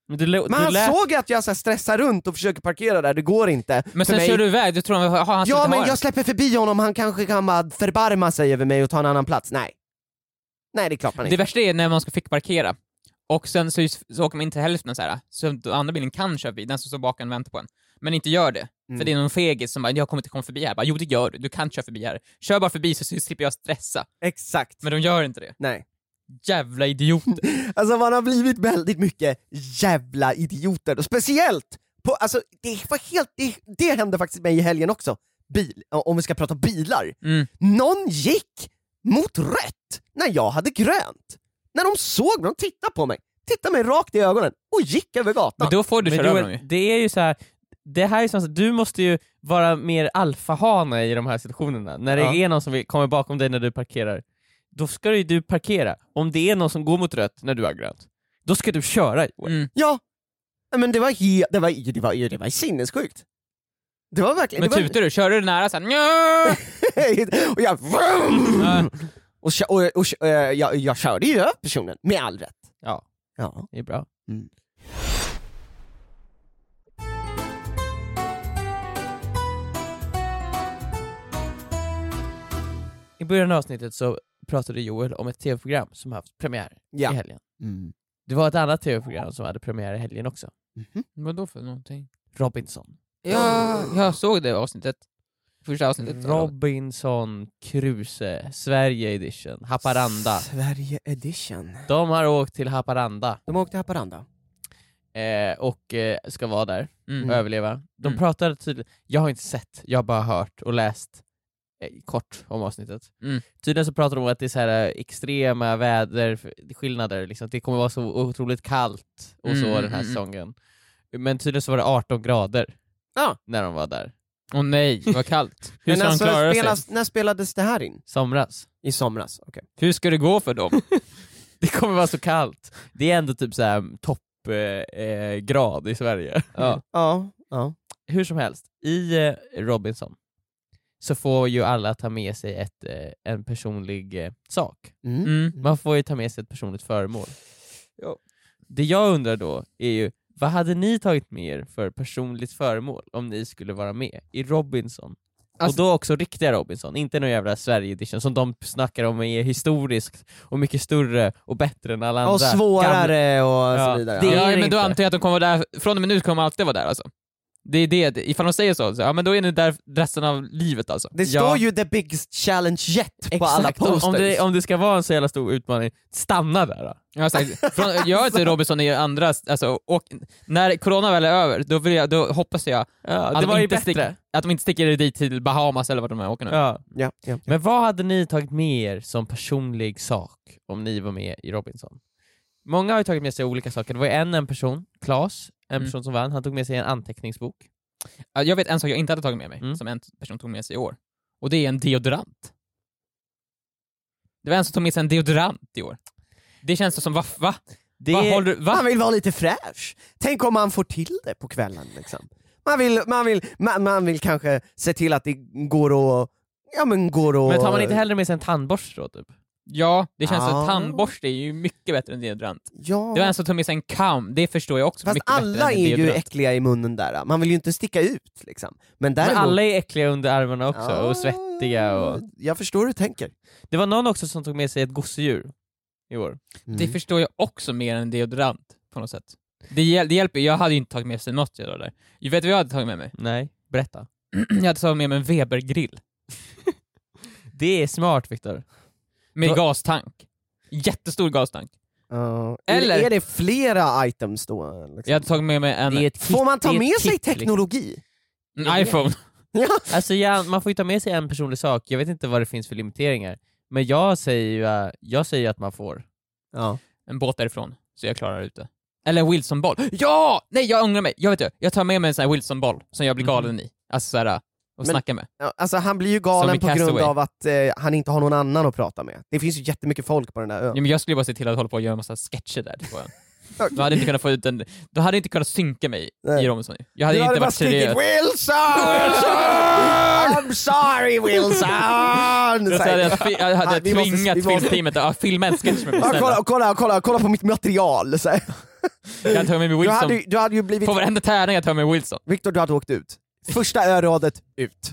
S2: Men du, lo-
S3: Men
S2: du
S3: han
S2: lät...
S3: såg att jag så här stressar runt och försöker parkera där, det går inte.
S4: Men
S3: för
S4: sen
S3: mig.
S4: kör du iväg, du tror han, aha, han ska
S3: Ja
S4: inte ha
S3: men
S4: den.
S3: jag släpper förbi honom, han kanske kan bara förbarma sig över mig och ta en annan plats. Nej. Nej det är klart man
S4: Det
S3: inte.
S4: värsta är när man ska fick parkera och sen så, så åker man in till hälften så här, så den andra bilen kan köra förbi, den som står bakom väntar på en. Men inte gör det,
S3: Mm.
S4: för det är någon fegis som bara “jag kommer inte komma förbi här”. Bara, jo det gör du, du kan köra förbi här. Kör bara förbi så, så slipper jag stressa.
S3: Exakt.
S4: Men de gör inte det.
S3: Nej.
S4: Jävla idioter.
S3: Alltså man har blivit väldigt mycket jävla idioter, och speciellt på, alltså det var helt, det, det hände faktiskt mig i helgen också. Bil, om vi ska prata bilar.
S4: Mm.
S3: Någon gick mot rött när jag hade grönt. När de såg mig, de tittade på mig, tittade mig rakt i ögonen och gick över gatan.
S4: Men då får du
S2: Men
S4: köra över dem
S2: Joel,
S4: ju.
S2: det är ju så här. Det här är sånt, att du måste ju vara mer alfahane i de här situationerna. När det
S3: Ja.
S2: är någon som vill- kommer bakom dig när du parkerar, då ska ju du parkera. Om det är någon som går mot rött när du har grönt, då ska du köra Joel.
S4: Mm.
S3: Ja, men det var helt, det var, det var, det var sinnessjukt. Det var verkligen...
S4: Men typ-
S3: det var,
S4: tutar du? Kör du nära såhär nja!
S3: och jag...
S4: Ja.
S3: Och, kö- och, och, kö- eh, jag, jag körde ju över personen, med all rätt.
S2: Ja.
S3: ja.
S2: Det är bra.
S3: Mm.
S2: I början av avsnittet så pratade Joel om ett tv-program som haft premiär
S3: Ja. Mm.
S2: i helgen. Det var ett annat tv-program som hade premiär i helgen också.
S3: Mhm.
S4: Vadå för någonting?
S2: Robinson.
S4: Ja, jag såg det avsnittet. Första avsnittet.
S2: Robinson Crusoe, Sverige edition, Haparanda.
S3: Sverige edition.
S2: De har åkt till Haparanda
S3: De åkte till Haparanda.
S2: eh, och eh, ska vara där.
S4: Mm.
S2: och överleva. De
S4: Mm.
S2: pratade tydligt, jag har inte sett, jag har bara hört och läst eh, kort om avsnittet.
S4: Mm.
S2: Tydligen så pratar de om att det är så här eh, extrema väderskillnader, liksom. det kommer vara så otroligt kallt och så
S4: Mm, mm,
S2: den här
S4: mm, mm.
S2: säsongen. Men tydligen så var det 18 grader
S3: Ja.
S2: när de var där.
S4: Åh nej, vad kallt. Hur
S3: Men
S4: ska
S3: alltså,
S4: de klara sig?
S3: spelas, när spelades det här in?
S2: Somras.
S3: I somras? Okej.
S4: Hur ska det gå för dem?
S2: Det kommer vara så kallt. Det är ändå typ så här toppgrad eh, grad i Sverige.
S4: Ja.
S3: Mm. Ja, ja.
S2: Hur som helst, i eh, Robinson så får ju alla ta med sig ett, eh, en personlig eh, sak.
S3: Mm.
S4: Mm.
S2: Man får ju ta med sig ett personligt föremål.
S4: Ja.
S2: Det jag undrar då är ju, vad hade ni tagit med er för personligt föremål om ni skulle vara med i Robinson?
S4: Alltså-
S2: och då också riktiga Robinson, inte någon jävla Sverige-edition som de snackar om är historiskt och mycket större och bättre än alla andra.
S3: Och svårare och
S2: Ja,
S3: så vidare.
S2: det-
S3: Ja.
S4: Ja, men
S2: är
S4: då
S2: inte.
S4: antar jag att de kommer vara där, från och med nu kommer de alltid vara där alltså. Det är det, det- ifall de säger så, så ja men då är ni där resten av livet alltså.
S3: Det
S2: Ja.
S3: står ju the biggest challenge yet på
S2: Exakt,
S3: alla posters.
S2: om, om, det, om det ska vara en så jävla stor utmaning, stanna där då.
S4: Jag har sagt, från, gör inte Robinson i andra, alltså, och när corona väl är över, då, vill jag, då hoppas jag
S2: Ja,
S4: att,
S2: det
S4: de
S2: var ju
S4: inte
S2: bättre.
S4: Stick, att de inte sticker dit till Bahamas eller vart de är åker nu.
S2: Ja.
S3: ja, ja.
S2: Men vad hade ni tagit med er som personlig sak om ni var med i Robinson? Många har ju tagit med sig olika saker. Det var ju en, en person, Klas, en
S4: Mm.
S2: person som vann, han tog med sig en anteckningsbok.
S4: Ja, Jag vet en sak jag inte hade tagit med mig,
S2: Mm.
S4: som en person tog med sig i år. Och det är en deodorant. Det var en som tog med sig en deodorant i år. Det känns som, va? va?
S2: Det,
S4: Vad håller du, va?
S3: Man vill vara lite fräsch. Tänk om man får till det på kvällen. Liksom. Man, vill, man, vill, man, man vill kanske se till att det går att... Ja, men, går att
S2: men tar man inte hellre med sig en tandborste då typ?
S4: Ja, det känns som
S3: Ah.
S4: tandborste är ju mycket bättre än deodorant.
S3: Ja.
S4: Det var en som tog med sig en kam, det förstår jag också.
S3: Fast
S4: mycket bättre
S3: alla
S4: än
S3: är ju
S4: deodorant.
S3: äckliga i munnen där. Man vill ju inte sticka ut. Liksom. Men däremot...
S2: Men alla är äckliga under armarna också,
S3: Ja,
S2: och svettiga och...
S3: Jag förstår hur du tänker.
S2: Det var någon också som tog med sig ett gosedjur i år.
S3: Mm.
S4: Det förstår jag också mer än deodorant på något sätt. Det, hjäl- det hjälper, jag hade ju inte tagit med sig något jag då där. Jag vet du vad jag hade tagit med mig?
S2: Nej, berätta.
S4: Jag hade tagit med mig en Weber-grill
S2: Det är smart Viktor.
S4: med
S2: Då-
S4: gastank. Jättestor gastank.
S3: Ja.
S4: Eller-
S3: Är det flera items då?
S4: Jag
S3: Liksom?
S4: hade tagit med mig en,
S2: Det är ett kit-
S3: Får man ta
S2: det är ett
S3: med sig
S2: kit, liksom.
S3: teknologi?
S4: en iPhone.
S3: Ja.
S2: Alltså ja, man får ju ta med sig en personlig sak, jag vet inte vad det finns för limiteringar. Men jag säger ju, äh, jag säger ju att man får.
S3: Ja.
S4: En båt därifrån, så jag klarar ut det. Eller en Wilsonboll. Ja! Nej, jag ångrar mig. Jag vet ju, jag tar med mig en sån här Wilsonboll som jag blir
S2: Mhm.
S4: galen i. Alltså såhär, och
S3: Men-
S4: snacka med.
S3: Ja, Alltså han blir ju
S4: Som
S3: galen
S4: i
S3: på grund
S4: Castaway.
S3: av att eh, han inte har någon annan att prata med. Det finns ju jättemycket folk på den där ön.
S4: Ja, men jag skulle bara se till att hålla på och göra en massa sketcher där. tror jag.
S3: Okej.
S4: Då hade jag inte kunnat få ut en... Då hade jag inte kunnat synka mig
S3: Nej.
S4: i Robinson. Jag hade ju
S3: Du
S4: inte
S3: hade bara
S4: varit
S3: skrikit
S4: seriös.
S3: Wilson! I'm sorry Wilson!
S4: Så hade jag,
S3: Så
S4: tvi- jag hade
S3: Nej, vi måste-
S4: tvingat
S3: vi måste-
S4: filmteamet att ja, filma en sketch med mig.
S3: Ja,
S4: snälla.
S3: kolla, kolla, kolla, kolla på mitt material! Så här.
S4: Jag hade tagit med mig
S3: Du,
S4: Wilson.
S3: hade, ju- du hade ju blivit...
S4: På varenda tärning jag tar med Wilson.
S3: Victor, du hade åkt ut. Första örådet, ut.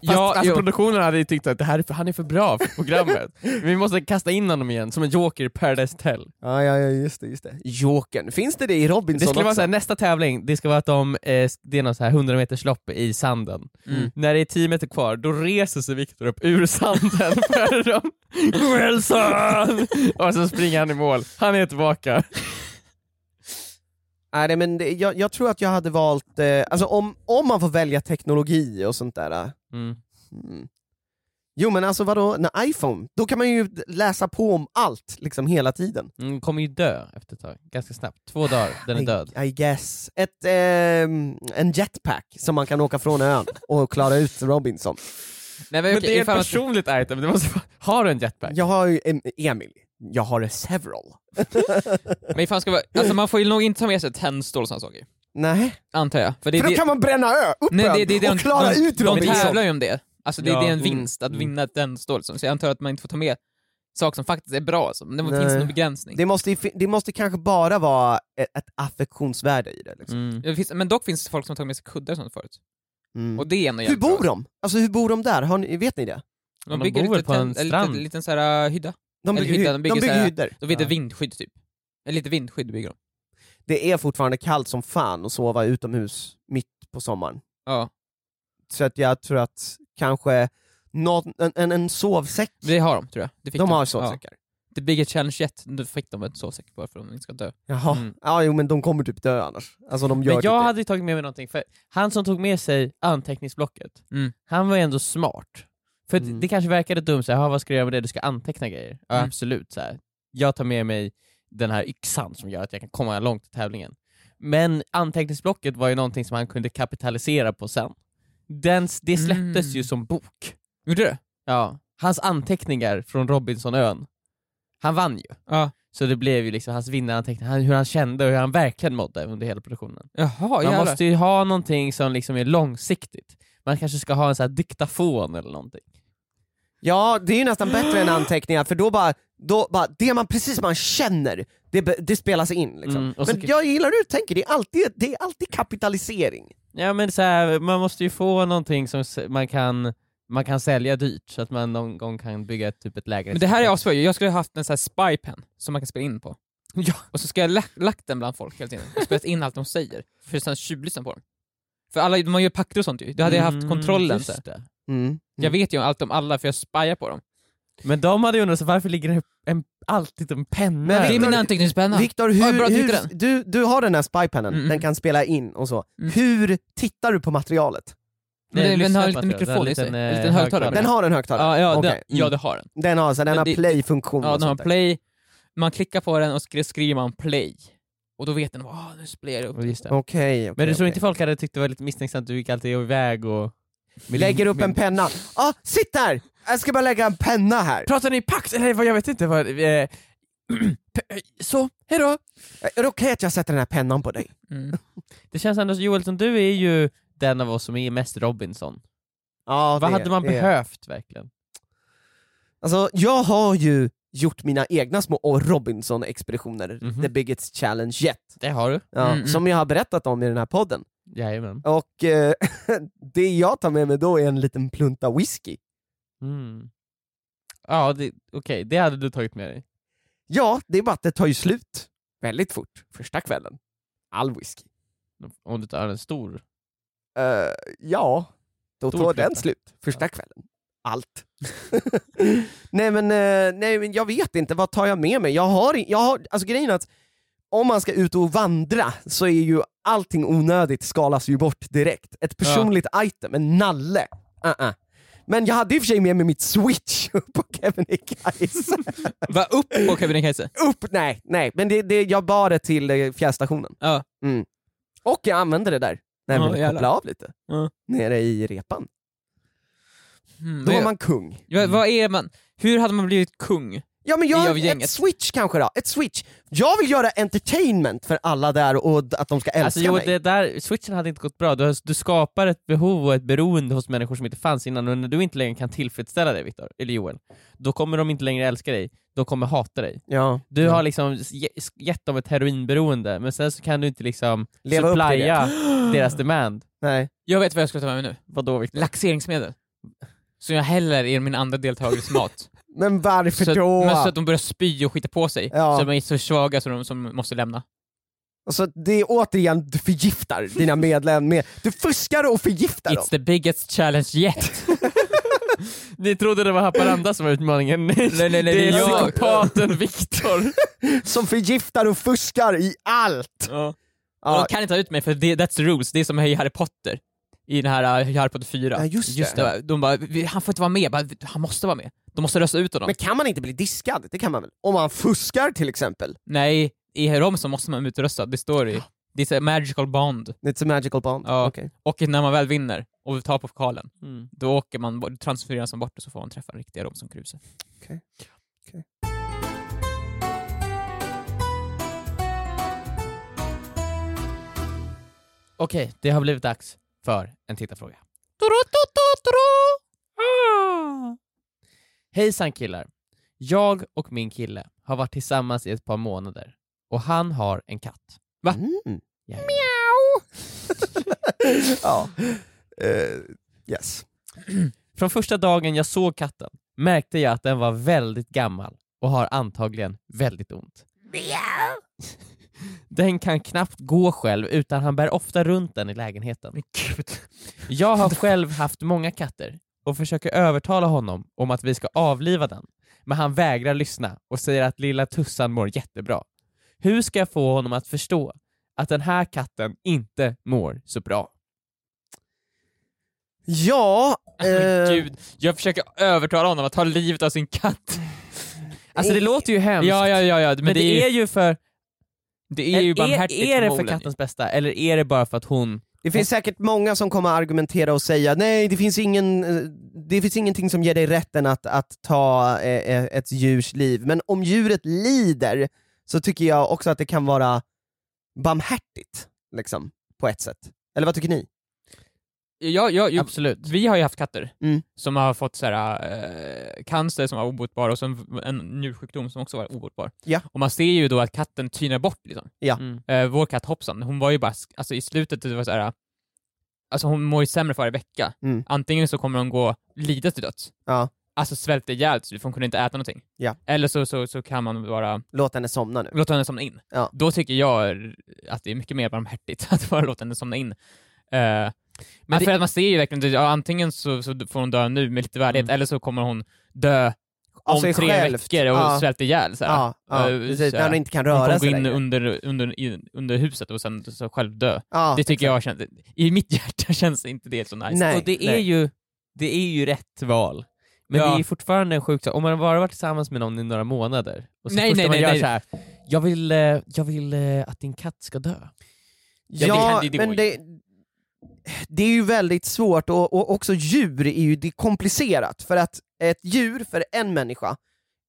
S4: Ja,
S2: alltså,
S4: jo.
S2: produktionen hade ju tyckt att det här är för, han är för bra för programmet. Vi måste kasta in honom igen som en joker i Paradise Tell.
S3: Ja, ja, ja, just det, just det. Jokern. Finns det det i Robinson
S2: Det skulle vara
S3: också?
S2: så här, nästa tävling, det ska vara att de, eh, det är någon så här 100 meters lopp i sanden.
S4: Mm.
S2: När det är 10 meter kvar, då reser sig Viktor upp ur sanden för dem. Wilson! Och så springer han i mål. Han är tillbaka.
S3: Nej, nej, men det, jag, jag tror att jag hade valt, eh, alltså om, om man får välja teknologi och sånt där. eh, Mm. Jo men alltså vadå, en iPhone, då kan man ju läsa på om allt liksom hela tiden.
S2: Mm, kommer ju dö efter ett tag, ganska snabbt.
S4: Ah,
S2: Två dagar, den är död.
S3: I, I guess. Ett, ehm, en jetpack som man kan åka från ön och klara ut Robinson.
S4: Nej, men, okej, ifall man-
S2: personligt item, du måste, har du en jetpack?
S3: Jag har ju em, Emil, jag har a several.
S4: men ifall man ska vara... Alltså man får ju nog inte ta med sig tändstål och sådana saker.
S3: Nej,
S4: Antar jag. För det, är
S3: för då
S4: det,
S3: kan man bränna ö, upp
S4: Nej, det-
S3: ön
S4: det är det
S3: och
S4: de-
S3: klara
S4: de-
S3: ut
S4: de
S3: Robinson.
S4: tävlar ju om det. Alltså det,
S2: Ja.
S4: det är en
S2: Mm.
S4: vinst att vinna ett tändstål. Så jag antar att man inte får ta med saker som faktiskt är bra. Alltså. Men Det
S3: Nej.
S4: finns någon begränsning.
S3: det, måste, ju fin- det måste kanske bara vara ett, ett affektionsvärde i det. Liksom.
S2: Mm.
S4: Det finns, men dock finns det folk som har tagit med sig kuddar och sånt förut.
S3: Mm.
S4: Och det är ändå
S3: Hur
S4: jävligt bra.
S3: bor de? Alltså hur bor de där? Har ni, vet ni det?
S4: De
S2: De
S4: bygger
S2: bor väl
S4: lite
S2: på en
S4: tänd- en
S2: strand?
S4: liten, liten så här uh, hydda.
S3: De
S4: Eller
S3: bygger,
S4: hyddor,
S3: hy-
S4: de
S3: de
S4: bygger
S3: bygger,
S4: så här-
S3: hyddor.
S4: De vet
S2: Ja.
S4: ja. vindskydd typ. Eller lite vindskydd bygger de.
S3: Det är fortfarande kallt som fan att sova utomhus mitt på sommaren.
S4: Ja.
S3: Så att jag tror att kanske någon, en, en, en sovsäck,
S4: Men Det har de tror jag. Det fick
S3: de har
S4: Ja.
S3: sovsäckar.
S4: The Bigger Challenge Jet, då fick de en sovsäck bara för att de inte ska dö.
S3: Jaha.
S2: Mm.
S3: Ja, jo, men de kommer typ dö annars. Alltså de gör
S2: Men
S3: typ
S2: jag
S3: det.
S2: hade ju tagit med mig någonting, för han som tog med sig anteckningsblocket,
S4: Mm.
S2: han var ju ändå smart. För att
S3: Mm.
S2: det kanske verkade dumt, så här, "Jaha, vad ska du göra med det? Du ska anteckna grejer. Ja,
S4: Mm.
S2: absolut. Så här. Jag tar med mig den här yxan som gör att jag kan komma långt i tävlingen. Men anteckningsblocket var ju någonting som han kunde kapitalisera på sen. Den, det släpptes
S4: Mm.
S2: ju som bok.
S4: Gjorde du?
S2: Ja. Hans anteckningar från Robinsonön, han vann ju.
S4: Ja.
S2: Så det blev ju liksom hans vinnaranteckningar, han- hur han kände och hur han verkligen mådde under hela produktionen.
S4: Jaha,
S2: Man
S4: jävlar.
S2: måste ju ha någonting som liksom är långsiktigt. Man kanske ska ha en sån här diktafon eller någonting.
S3: Ja, det är ju nästan bättre än anteckningar för då bara, då bara det man precis man känner, det, be- det spelas in. Liksom.
S2: Mm, och så-
S3: Men jag gillar hur du tänker, det är alltid, det är alltid kapitalisering.
S2: Ja men så här, man måste ju få någonting som s- man kan, man kan sälja dyrt så att man någon gång kan bygga ett, typ ett lägenhet.
S4: Men det här är asbra ju. jag skulle ha haft en sån här spypen som man kan spela in på.
S2: Ja.
S4: Och så ska jag lagt, lagt den bland folk hela tiden och spelat in allt de säger, för sen tjuvlyssna på dem. För alla, man gör pakter och sånt ju, då hade jag haft
S2: Mm,
S4: kontrollen.
S2: just
S4: så här.
S2: det.
S3: Mm.
S4: Jag vet ju allt om alla för jag spyar på dem.
S2: Men de hade ju undrat så varför ligger det en, alltid en penna
S3: Men
S2: där?
S4: Det är
S3: Viktor-
S4: min anteckningspenna.
S3: Viktor,
S4: Ja,
S3: hur,
S4: bra att du hittade
S3: hur, du, du har den här spypennen,
S4: Mm, mm.
S3: den kan spela in och så.
S4: Mm.
S3: Hur tittar du på materialet?
S4: Men den,
S2: lyssna
S4: har
S2: på
S4: lite
S2: att jag- den har
S4: mikrofon i sig,
S2: liten,
S4: en
S2: eh,
S4: liten högtalare.
S3: Den har en högtalare?
S4: ja, ja,
S3: Okej.
S4: den, ja, det har den.
S3: Den har, så den
S4: Men
S3: har
S4: det-
S3: play-funktion
S4: Ja,
S3: och
S4: den har
S3: sånt där.
S4: play. Man klickar på den och skri- skriver man play. Och då vet den, åh, nu spelar jag upp.
S2: Ja, Just det.
S3: Okej, okej,
S2: men du tror
S3: okej.
S2: inte folk hade tyckt det var lite misstänksamt att du gick alltid iväg och...
S3: Vi lägger upp en penna. Ah, sitt där! Jag ska bara lägga en penna här.
S2: Pratar ni pakt? Eller vad jag vet inte vad... Eh, så, hejdå!
S3: Är det okej att jag sätter den här pennan på dig?
S4: Mm.
S2: Det känns ändå, Joel, som du är ju den av oss som är mest Robinson.
S3: Ja,
S2: Vad
S3: det-
S2: hade man
S3: det-
S2: behövt verkligen?
S3: Alltså, jag har ju gjort mina egna små Robinson-expeditioner,
S2: Mhm.
S3: The Biggest Challenge Yet,
S2: Det har du.
S3: ja,
S4: Mm, mm.
S3: som jag har berättat om i den här podden.
S2: Jajamän.
S3: Och eh, det jag tar med mig då är en liten plunta whisky.
S2: Mm. Ja, det- okej, det hade du tagit med dig.
S3: Ja, det är bara att det tar ju slut väldigt fort, första kvällen. All whisky.
S2: Om du tar en stor.
S3: Eh, ja, då
S2: Stor
S3: tar
S2: plunta.
S3: den slut. Första kvällen. Allt. nej, men, eh, nej men jag vet inte, vad tar jag med mig? Jag har, i- jag har, alltså grejen är att om man ska ut och vandra så är ju allting onödigt skalas ju bort direkt. Ett personligt item, en nalle. Uh-uh. Men jag hade i och för sig med mig mitt switch på Kebnekaise.
S4: Va, upp på Kebnekaise.
S3: Upp! Nej, nej. Men det, det, jag bar det till eh, fjärrstationen.
S4: Ja.
S3: Mm. Och jag använde det där när jag
S4: Ja,
S3: ville
S4: jävlar.
S3: koppla av lite.
S4: Ja.
S3: Nere i repan.
S4: Mm,
S3: Då
S4: vad-
S3: var man kung.
S4: vad- vad är man? Hur hade man blivit kung?
S3: Ja men
S4: I
S3: jag,
S4: av gänget.
S3: ett switch kanske då, ett switch. Jag vill göra entertainment för alla där och d- att de ska älska
S2: Alltså Joel,
S3: mig.
S2: det där, switchen hade inte gått bra. Du, har- du skapar ett behov och ett beroende hos människor som inte fanns innan och när du inte längre kan tillfredsställa det, Victor, eller Joel, då kommer de inte längre älska dig, de kommer hata dig.
S3: Ja.
S2: Du
S3: Ja.
S2: har liksom ge- gett dem ett heroinberoende, men sen så kan du inte liksom
S3: Leva upp till
S2: supplya deras demand.
S3: Nej.
S4: Jag vet vad jag ska ta med mig nu.
S2: Vadå Victor?
S4: Laxeringsmedel. Som jag häller i min andra deltagares mat.
S3: Men varför
S4: så, att,
S3: då?
S4: men så att de börjar spy och skita på sig.
S3: Ja.
S4: Så att de är så svaga så de som måste lämna.
S3: alltså, det är återigen, du förgiftar dina medlemmar. Med, du fuskar och förgiftar dem.
S4: It's the biggest challenge yet.
S2: Ni trodde det var Haparanda som var utmaningen? Nej,
S4: nej, nej,
S2: det är
S4: det är jag.
S2: psykopaten Viktor.
S3: Som förgiftar och fuskar i allt!
S4: ja. Och
S3: Ja,
S4: de kan inte ta ut mig för det, that's the rules, det är som i Harry Potter. I den här uh, Harry Potter 4.
S3: Ja, just det.
S4: va? De bara, "Vi- han får inte vara med, Jag bara, han måste vara med. De måste rösta ut honom.
S3: men kan man inte bli diskad? Det kan man väl? Om man fuskar till exempel.
S4: Nej, i Romson måste man utrösta, det står i. Det är så här magical bond.
S3: It's a magical bond.
S4: Ja.
S3: Okej.
S4: Och när man väl vinner och tar på pokalen,
S2: Mm.
S4: då åker man, bort- transfereras man bort och så får man träffa den riktiga Romson Crusoe.
S2: Okej, det har blivit dags för en tittarfråga. Hejsan killar. Jag och min kille har varit tillsammans i ett par månader och han har en katt.
S4: Ah.
S2: Va?
S3: Mm.
S2: Ja.
S3: ja. Eh, yes.
S2: Från första dagen jag såg katten märkte jag att den var väldigt gammal och har antagligen väldigt ont. Den kan knappt gå själv utan han bär ofta runt den i lägenheten. Jag har själv haft många katter och försöker övertala honom om att vi ska avliva den, men han vägrar lyssna och säger att lilla Tussan mår jättebra. Hur ska jag få honom att förstå att den här katten inte mår så bra?
S3: Ja, eh,
S4: Gud, jag försöker övertala honom att ta livet av sin katt.
S2: Alltså det
S3: Eh,
S2: låter ju hemskt.
S4: Ja, ja, ja, ja men,
S2: Men det är ju för...
S4: det är ju
S2: Är, är,
S4: barmhärtigt
S2: är det för
S4: förmodligen.
S2: kattens bästa eller är det bara för att hon...
S3: det finns säkert många som kommer argumentera och säga nej, det finns, ingen, eh, det finns ingenting som ger dig rätten att, att ta eh, eh, ett djurs liv. Men om djuret lider så tycker jag också att det kan vara barmhärtigt, liksom, på ett sätt. Eller vad tycker ni?
S4: Ja, ja, ju,
S2: Absolut.
S4: vi har ju haft katter
S3: Mm.
S4: som har fått så här, eh, cancer som var obotbar och sen en njursjukdom som också var obotbar.
S3: Ja.
S4: Och man ser ju då att katten tynar bort. Liksom.
S3: Ja.
S2: Mm.
S4: Eh, vår katt Hoppsan, hon var ju bara, sk- alltså i slutet, det var så här, alltså hon mår ju sämre för varje vecka.
S3: Mm.
S4: Antingen så kommer hon gå lida till döds,
S3: Ja.
S4: alltså svälta ihjäl till slut, för hon kunde inte äta någonting.
S3: Ja.
S4: Eller så, så, så kan man bara
S3: Låt henne somna nu.
S4: låta henne somna in.
S3: Ja.
S4: Då tycker jag att det är mycket mer barmhärtigt att bara låta henne somna in. Eh, men
S2: det-
S4: för att man ser ju verkligen, det- ja, antingen så, så får hon dö nu med lite värdighet,
S2: Mm.
S4: eller så kommer hon dö om
S3: sig
S4: tre
S3: själv.
S4: veckor och
S3: Ja.
S4: svälta ihjäl. Så här.
S3: Ja, ja,
S4: Eh,
S3: precis,
S4: så
S3: när
S4: här.
S3: hon inte kan
S4: Hon kommer
S3: röra
S4: gå
S3: sig
S4: in
S3: längre.
S4: under, under, i- under huset och sen så själv dö.
S3: Ja,
S4: det tycker
S3: exakt.
S4: jag känns, i mitt hjärta känns inte det så nice.
S3: Nej,
S2: och det är,
S3: nej.
S2: ju, det är ju rätt val. Men
S4: Ja.
S2: det är ju fortfarande en sjukdom. Om man bara varit tillsammans med någon i några månader och så
S4: Nej,
S2: första
S4: nej,
S2: man
S4: nej,
S2: gör
S4: nej.
S2: så här. Jag vill, eh, jag vill eh, att din katt ska dö.
S4: Ja, det kan- det- det går
S3: men det, det är ju väldigt svårt och, och också djur är ju det är komplicerat för att ett djur för en människa,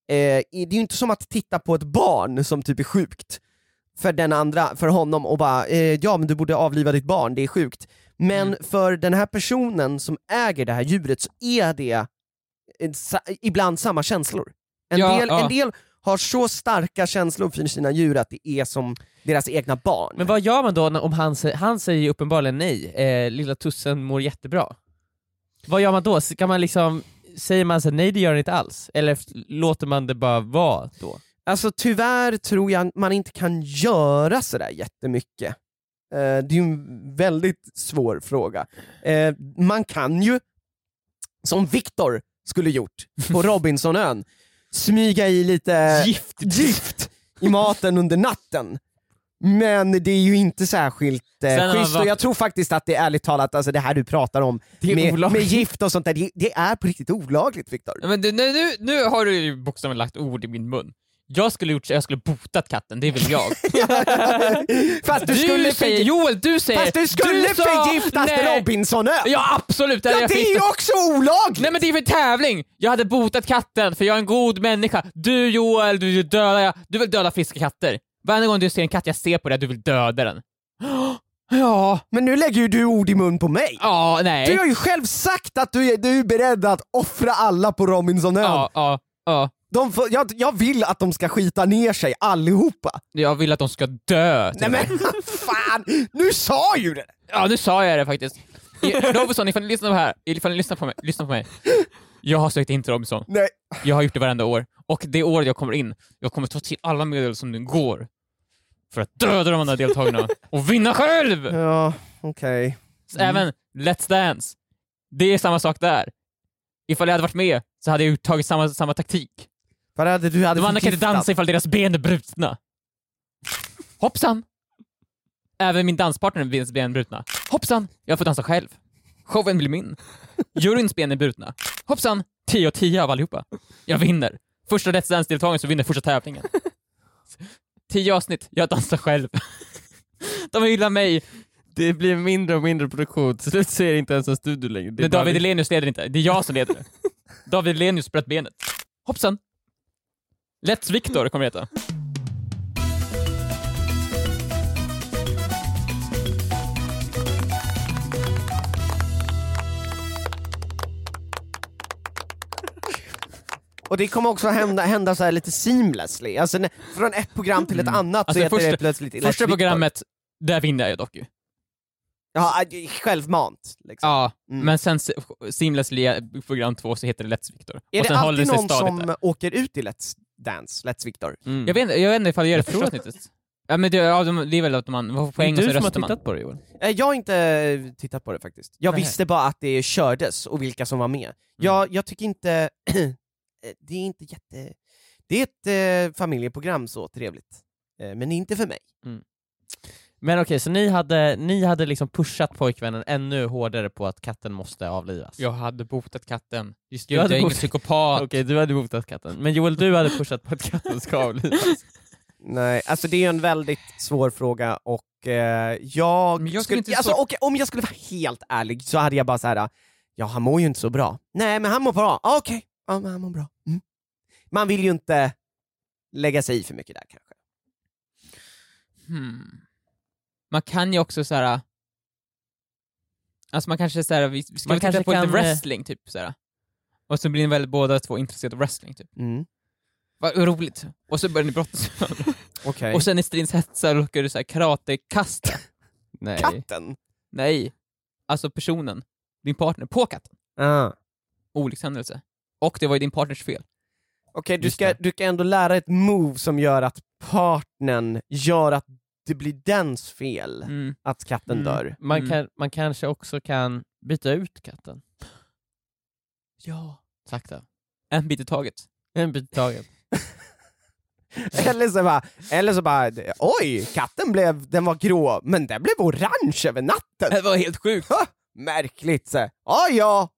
S3: eh, är- det är ju inte som att titta på ett barn som typ är sjukt för den andra, för honom och bara eh, ja men du borde avliva ditt barn, det är sjukt. Men
S4: Mm.
S3: för den här personen som äger det här djuret så är det eh, sa, ibland samma känslor. En,
S4: Ja,
S3: del,
S4: ja.
S3: en del har så starka känslor för sina djur att det är som deras egna barn.
S2: Men vad gör man då när, om han, sä- han säger ju uppenbarligen nej, eh, lilla tussen mår jättebra. Vad gör man då? Ska man liksom, säger man så här, nej det gör det inte alls? Eller f- låter man det bara vara då?
S3: Alltså tyvärr tror jag man inte kan göra sådär jättemycket. Eh, det är ju en väldigt svår fråga. Eh, man kan ju, som Viktor skulle gjort på Robinsonön, smyga i lite
S4: Gift!
S3: gift i maten under natten. Men det är ju inte särskilt
S4: Sen har
S3: eh,
S4: man
S3: schysst och
S4: varit-
S3: jag tror faktiskt att det är ärligt talat, alltså det här du pratar om
S2: Det är
S3: med, med
S2: olagligt.
S3: gift och sånt där, det, det är på riktigt olagligt Viktor.
S4: Ja, Men du, nu, nu, nu har du ju bokstavligen lagt ord i min mun. Jag skulle, gjort, så- jag skulle botat katten, det vill jag.
S3: Fast du,
S4: du
S3: skulle
S4: säger, Joel, du säger...
S3: Fast du skulle
S4: sa-
S3: förgiftas
S4: nej.
S3: med Robinsonö!
S4: Ja absolut, det hade
S3: Ja,
S4: jag
S3: det är
S4: förgiftat-
S3: ju också olagligt!
S4: Nej men det är för tävling! Jag hade botat katten för jag är en god människa. Du Joel, du vill döda, du vill döda friska katter. Varje gång du ser en katt jag ser på dig, du vill döda den. Ja,
S3: Men nu lägger ju du ord i mun på mig!
S4: ja, nej.
S3: Du har ju själv sagt att du är, du är beredd att offra alla på Robinsonön.
S4: Ja, ja, ja.
S3: De får, jag, jag vill att de ska skita ner sig allihopa.
S4: Jag vill att de ska dö. till
S3: Nej
S4: mig.
S3: men fan, nu sa ju det!
S4: Ja, nu sa jag det faktiskt. I- Robinson, ifall ni lyssnar på här, ifall ni lyssnar på mig, lyssna på mig. Jag har sökt in till Robinson.
S3: Nej.
S4: Jag har gjort det varenda år. Och det år jag kommer in, jag kommer ta till alla medel som det går för att döda de andra deltagarna och vinna själv!
S3: Ja, okej.
S4: Så Även Let's Dance. Det är samma sak där. Ifall jag hade varit med så hade jag ju tagit samma, samma taktik.
S3: Vad hade du hade
S4: De andra kan inte
S3: förgiftat?
S4: dansa ifall deras ben är brutna. Hoppsan! Även min danspartners ben är brutna. Hoppsan! Jag får dansa själv. Showen blir min. Juryns ben är brutna. Hoppsan! 10 och 10 av allihopa. Jag vinner. Första Let's Dance-deltagaren som vinner första tävlingen. 10 avsnitt, jag dansar själv. De hyllar mig,
S2: Det blir mindre och mindre produktion, till slut ser inte ens en studio längre.
S4: Men David Elenius leder inte, det är jag som leder det. David Elenius bröt benet. Hoppsan! Let's Victor kommer det heta.
S3: Och det kommer också hända, hända så här lite seamlessly, alltså när, från ett program till ett
S4: Mm.
S3: annat
S4: Alltså,
S3: så heter
S4: första-
S3: det plötsligt Let's
S4: Första
S3: Victor.
S4: programmet, där vinner jag dock ju.
S3: Ja, självmant. Liksom.
S4: Ja,
S3: Mm.
S4: men sen se- seamlessly program två så heter det Let's Victor.
S3: Är
S4: och
S3: det
S4: sen håller
S3: alltid
S4: sig
S3: någon
S4: stadigt
S3: som
S4: där.
S3: åker ut i Let's Dance, Let's Victor?
S2: Mm.
S4: Jag vet, inte- jag vet inte ifall jag gör det första
S2: tror
S4: avsnittet. Ja men det, ja, de- det är väl att man får
S2: det är
S4: poäng och
S2: du
S4: så
S2: som har
S4: röstar man.
S2: tittat på det Joel.
S3: Eh, Jag har inte eh, tittat på det faktiskt. Jag
S2: Nej.
S3: visste bara att det kördes och vilka som var med.
S4: Mm.
S3: Jag, jag tycker inte... eh, det är inte jätte... Det är ett eh, familjeprogram så trevligt. Eh, men det är inte för mig.
S2: Men okej, så ni hade, ni hade liksom pushat pojkvännen ännu hårdare på att katten måste avlivas?
S4: Jag hade botat katten. Just
S2: det,
S4: jag
S2: jag
S4: är
S2: är
S4: ingen
S2: ingen
S4: psykopat.
S2: Okej, du hade botat katten. Men Joel, du hade pushat på att katten ska avlivas.
S3: Nej, alltså det är ju en väldigt svår fråga och eh, jag...
S4: Men jag tycker
S3: skulle,
S4: inte det är
S3: alltså,
S4: så-
S3: okej, om jag skulle vara helt ärlig så hade jag bara så här. ja han mår ju inte så bra. Nej men han mår bra, ah, okej. Ja men han mår bra. Mm. Man vill ju inte lägga sig i för mycket där kanske.
S4: Hmm. Man kan ju också såhär... Alltså man kanske såhär, vi ska
S2: Man
S4: vi titta
S2: kanske
S4: på lite
S2: kan, eh,
S4: wrestling typ såhär. Och så blir ni väl båda två intresserade av wrestling typ.
S3: Mm.
S4: Vad roligt. Och så börjar ni brottas.
S3: Okej.
S4: och sen i stridens hetsar råkar du såhär karatekasta.
S2: Nej.
S3: Katten!
S4: Nej. Alltså personen. Din partner. På katten.
S3: Ah.
S4: Olyckshändelse. Och det var ju din partners fel.
S3: Okej, du,
S4: Just
S3: ska,
S4: det.
S3: du ska ändå lära ett move som gör att partnern gör att det blir dens fel
S4: Mm.
S3: att katten
S4: Mm.
S3: dör.
S2: Man,
S4: Mm.
S2: kan, man kanske också kan byta ut katten. Ja. Sakta.
S4: En bit i taget.
S2: En bit i taget.
S3: Eller så bara, eller så bara oj, katten blev, den var grå, men den blev orange över natten.
S4: Det var helt sjukt.
S3: Ha, märkligt. Så. här. Ja, ja.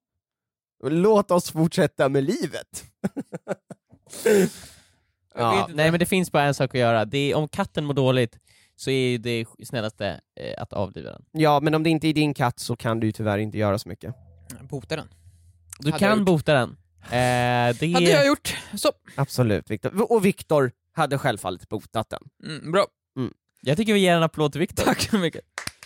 S3: Låt oss fortsätta med livet.
S4: Jag vet
S2: Ja,
S4: inte.
S2: nej men det finns bara en sak att göra. Det är, om katten mår dåligt så är ju det snällaste eh, att avliva den.
S3: Ja, men om det inte är din katt så kan du ju tyvärr inte göra så mycket.
S4: Bota den.
S2: Du
S4: Hade jag
S2: kan
S4: gjort.
S2: bota den. Eh, det
S4: Hade jag gjort. Så.
S3: Absolut, Viktor. Och Viktor hade självfallet botat den.
S4: Mm, bra.
S2: Jag tycker vi ger en applåd till Viktor.
S4: Tack så mycket.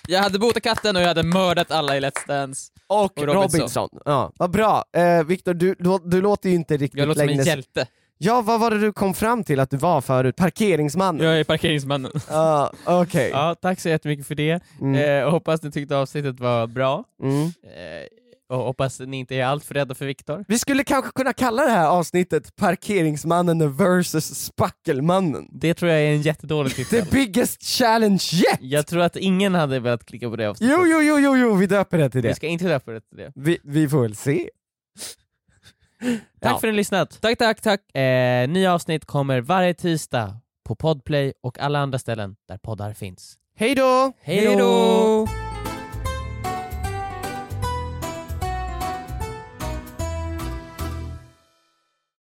S4: Jag hade botat katten och jag hade mördat alla i Let's Dance.
S3: Och,
S4: Och
S3: Robinson.
S4: Robinson.
S3: Ja, vad bra. Eh, Viktor, du, du, du låter ju inte riktigt
S4: Jag låter som en
S3: längre-
S4: hjälte.
S3: Ja, vad var det du kom fram till att du var förut? Parkeringsman?
S4: Jag är parkeringsmannen.
S3: Ja, okej.
S2: Ja, tack så jättemycket för det.
S3: Mm,
S2: Eh, och hoppas ni tyckte avsnittet var bra.
S3: mm.
S2: Eh, och hoppas ni inte är allt för rädda för Viktor.
S3: Vi skulle kanske kunna kalla det här avsnittet Parkeringsmannen vs Spackelmannen.
S2: Det tror jag är en jättedålig titel.
S3: The biggest challenge yet!
S2: jag tror att ingen hade velat klicka på det avsnittet.
S3: Jo, jo, jo, jo, jo vi döper det till
S2: Vi
S3: det.
S2: ska inte döpa det till det.
S3: Vi, vi får väl se.
S2: Tack
S3: Ja.
S2: för att ni lyssnat. Tack, tack, tack. Eh, nya avsnitt kommer varje tisdag på Podplay och alla andra ställen där poddar finns.
S3: Hej då!
S2: Hej då!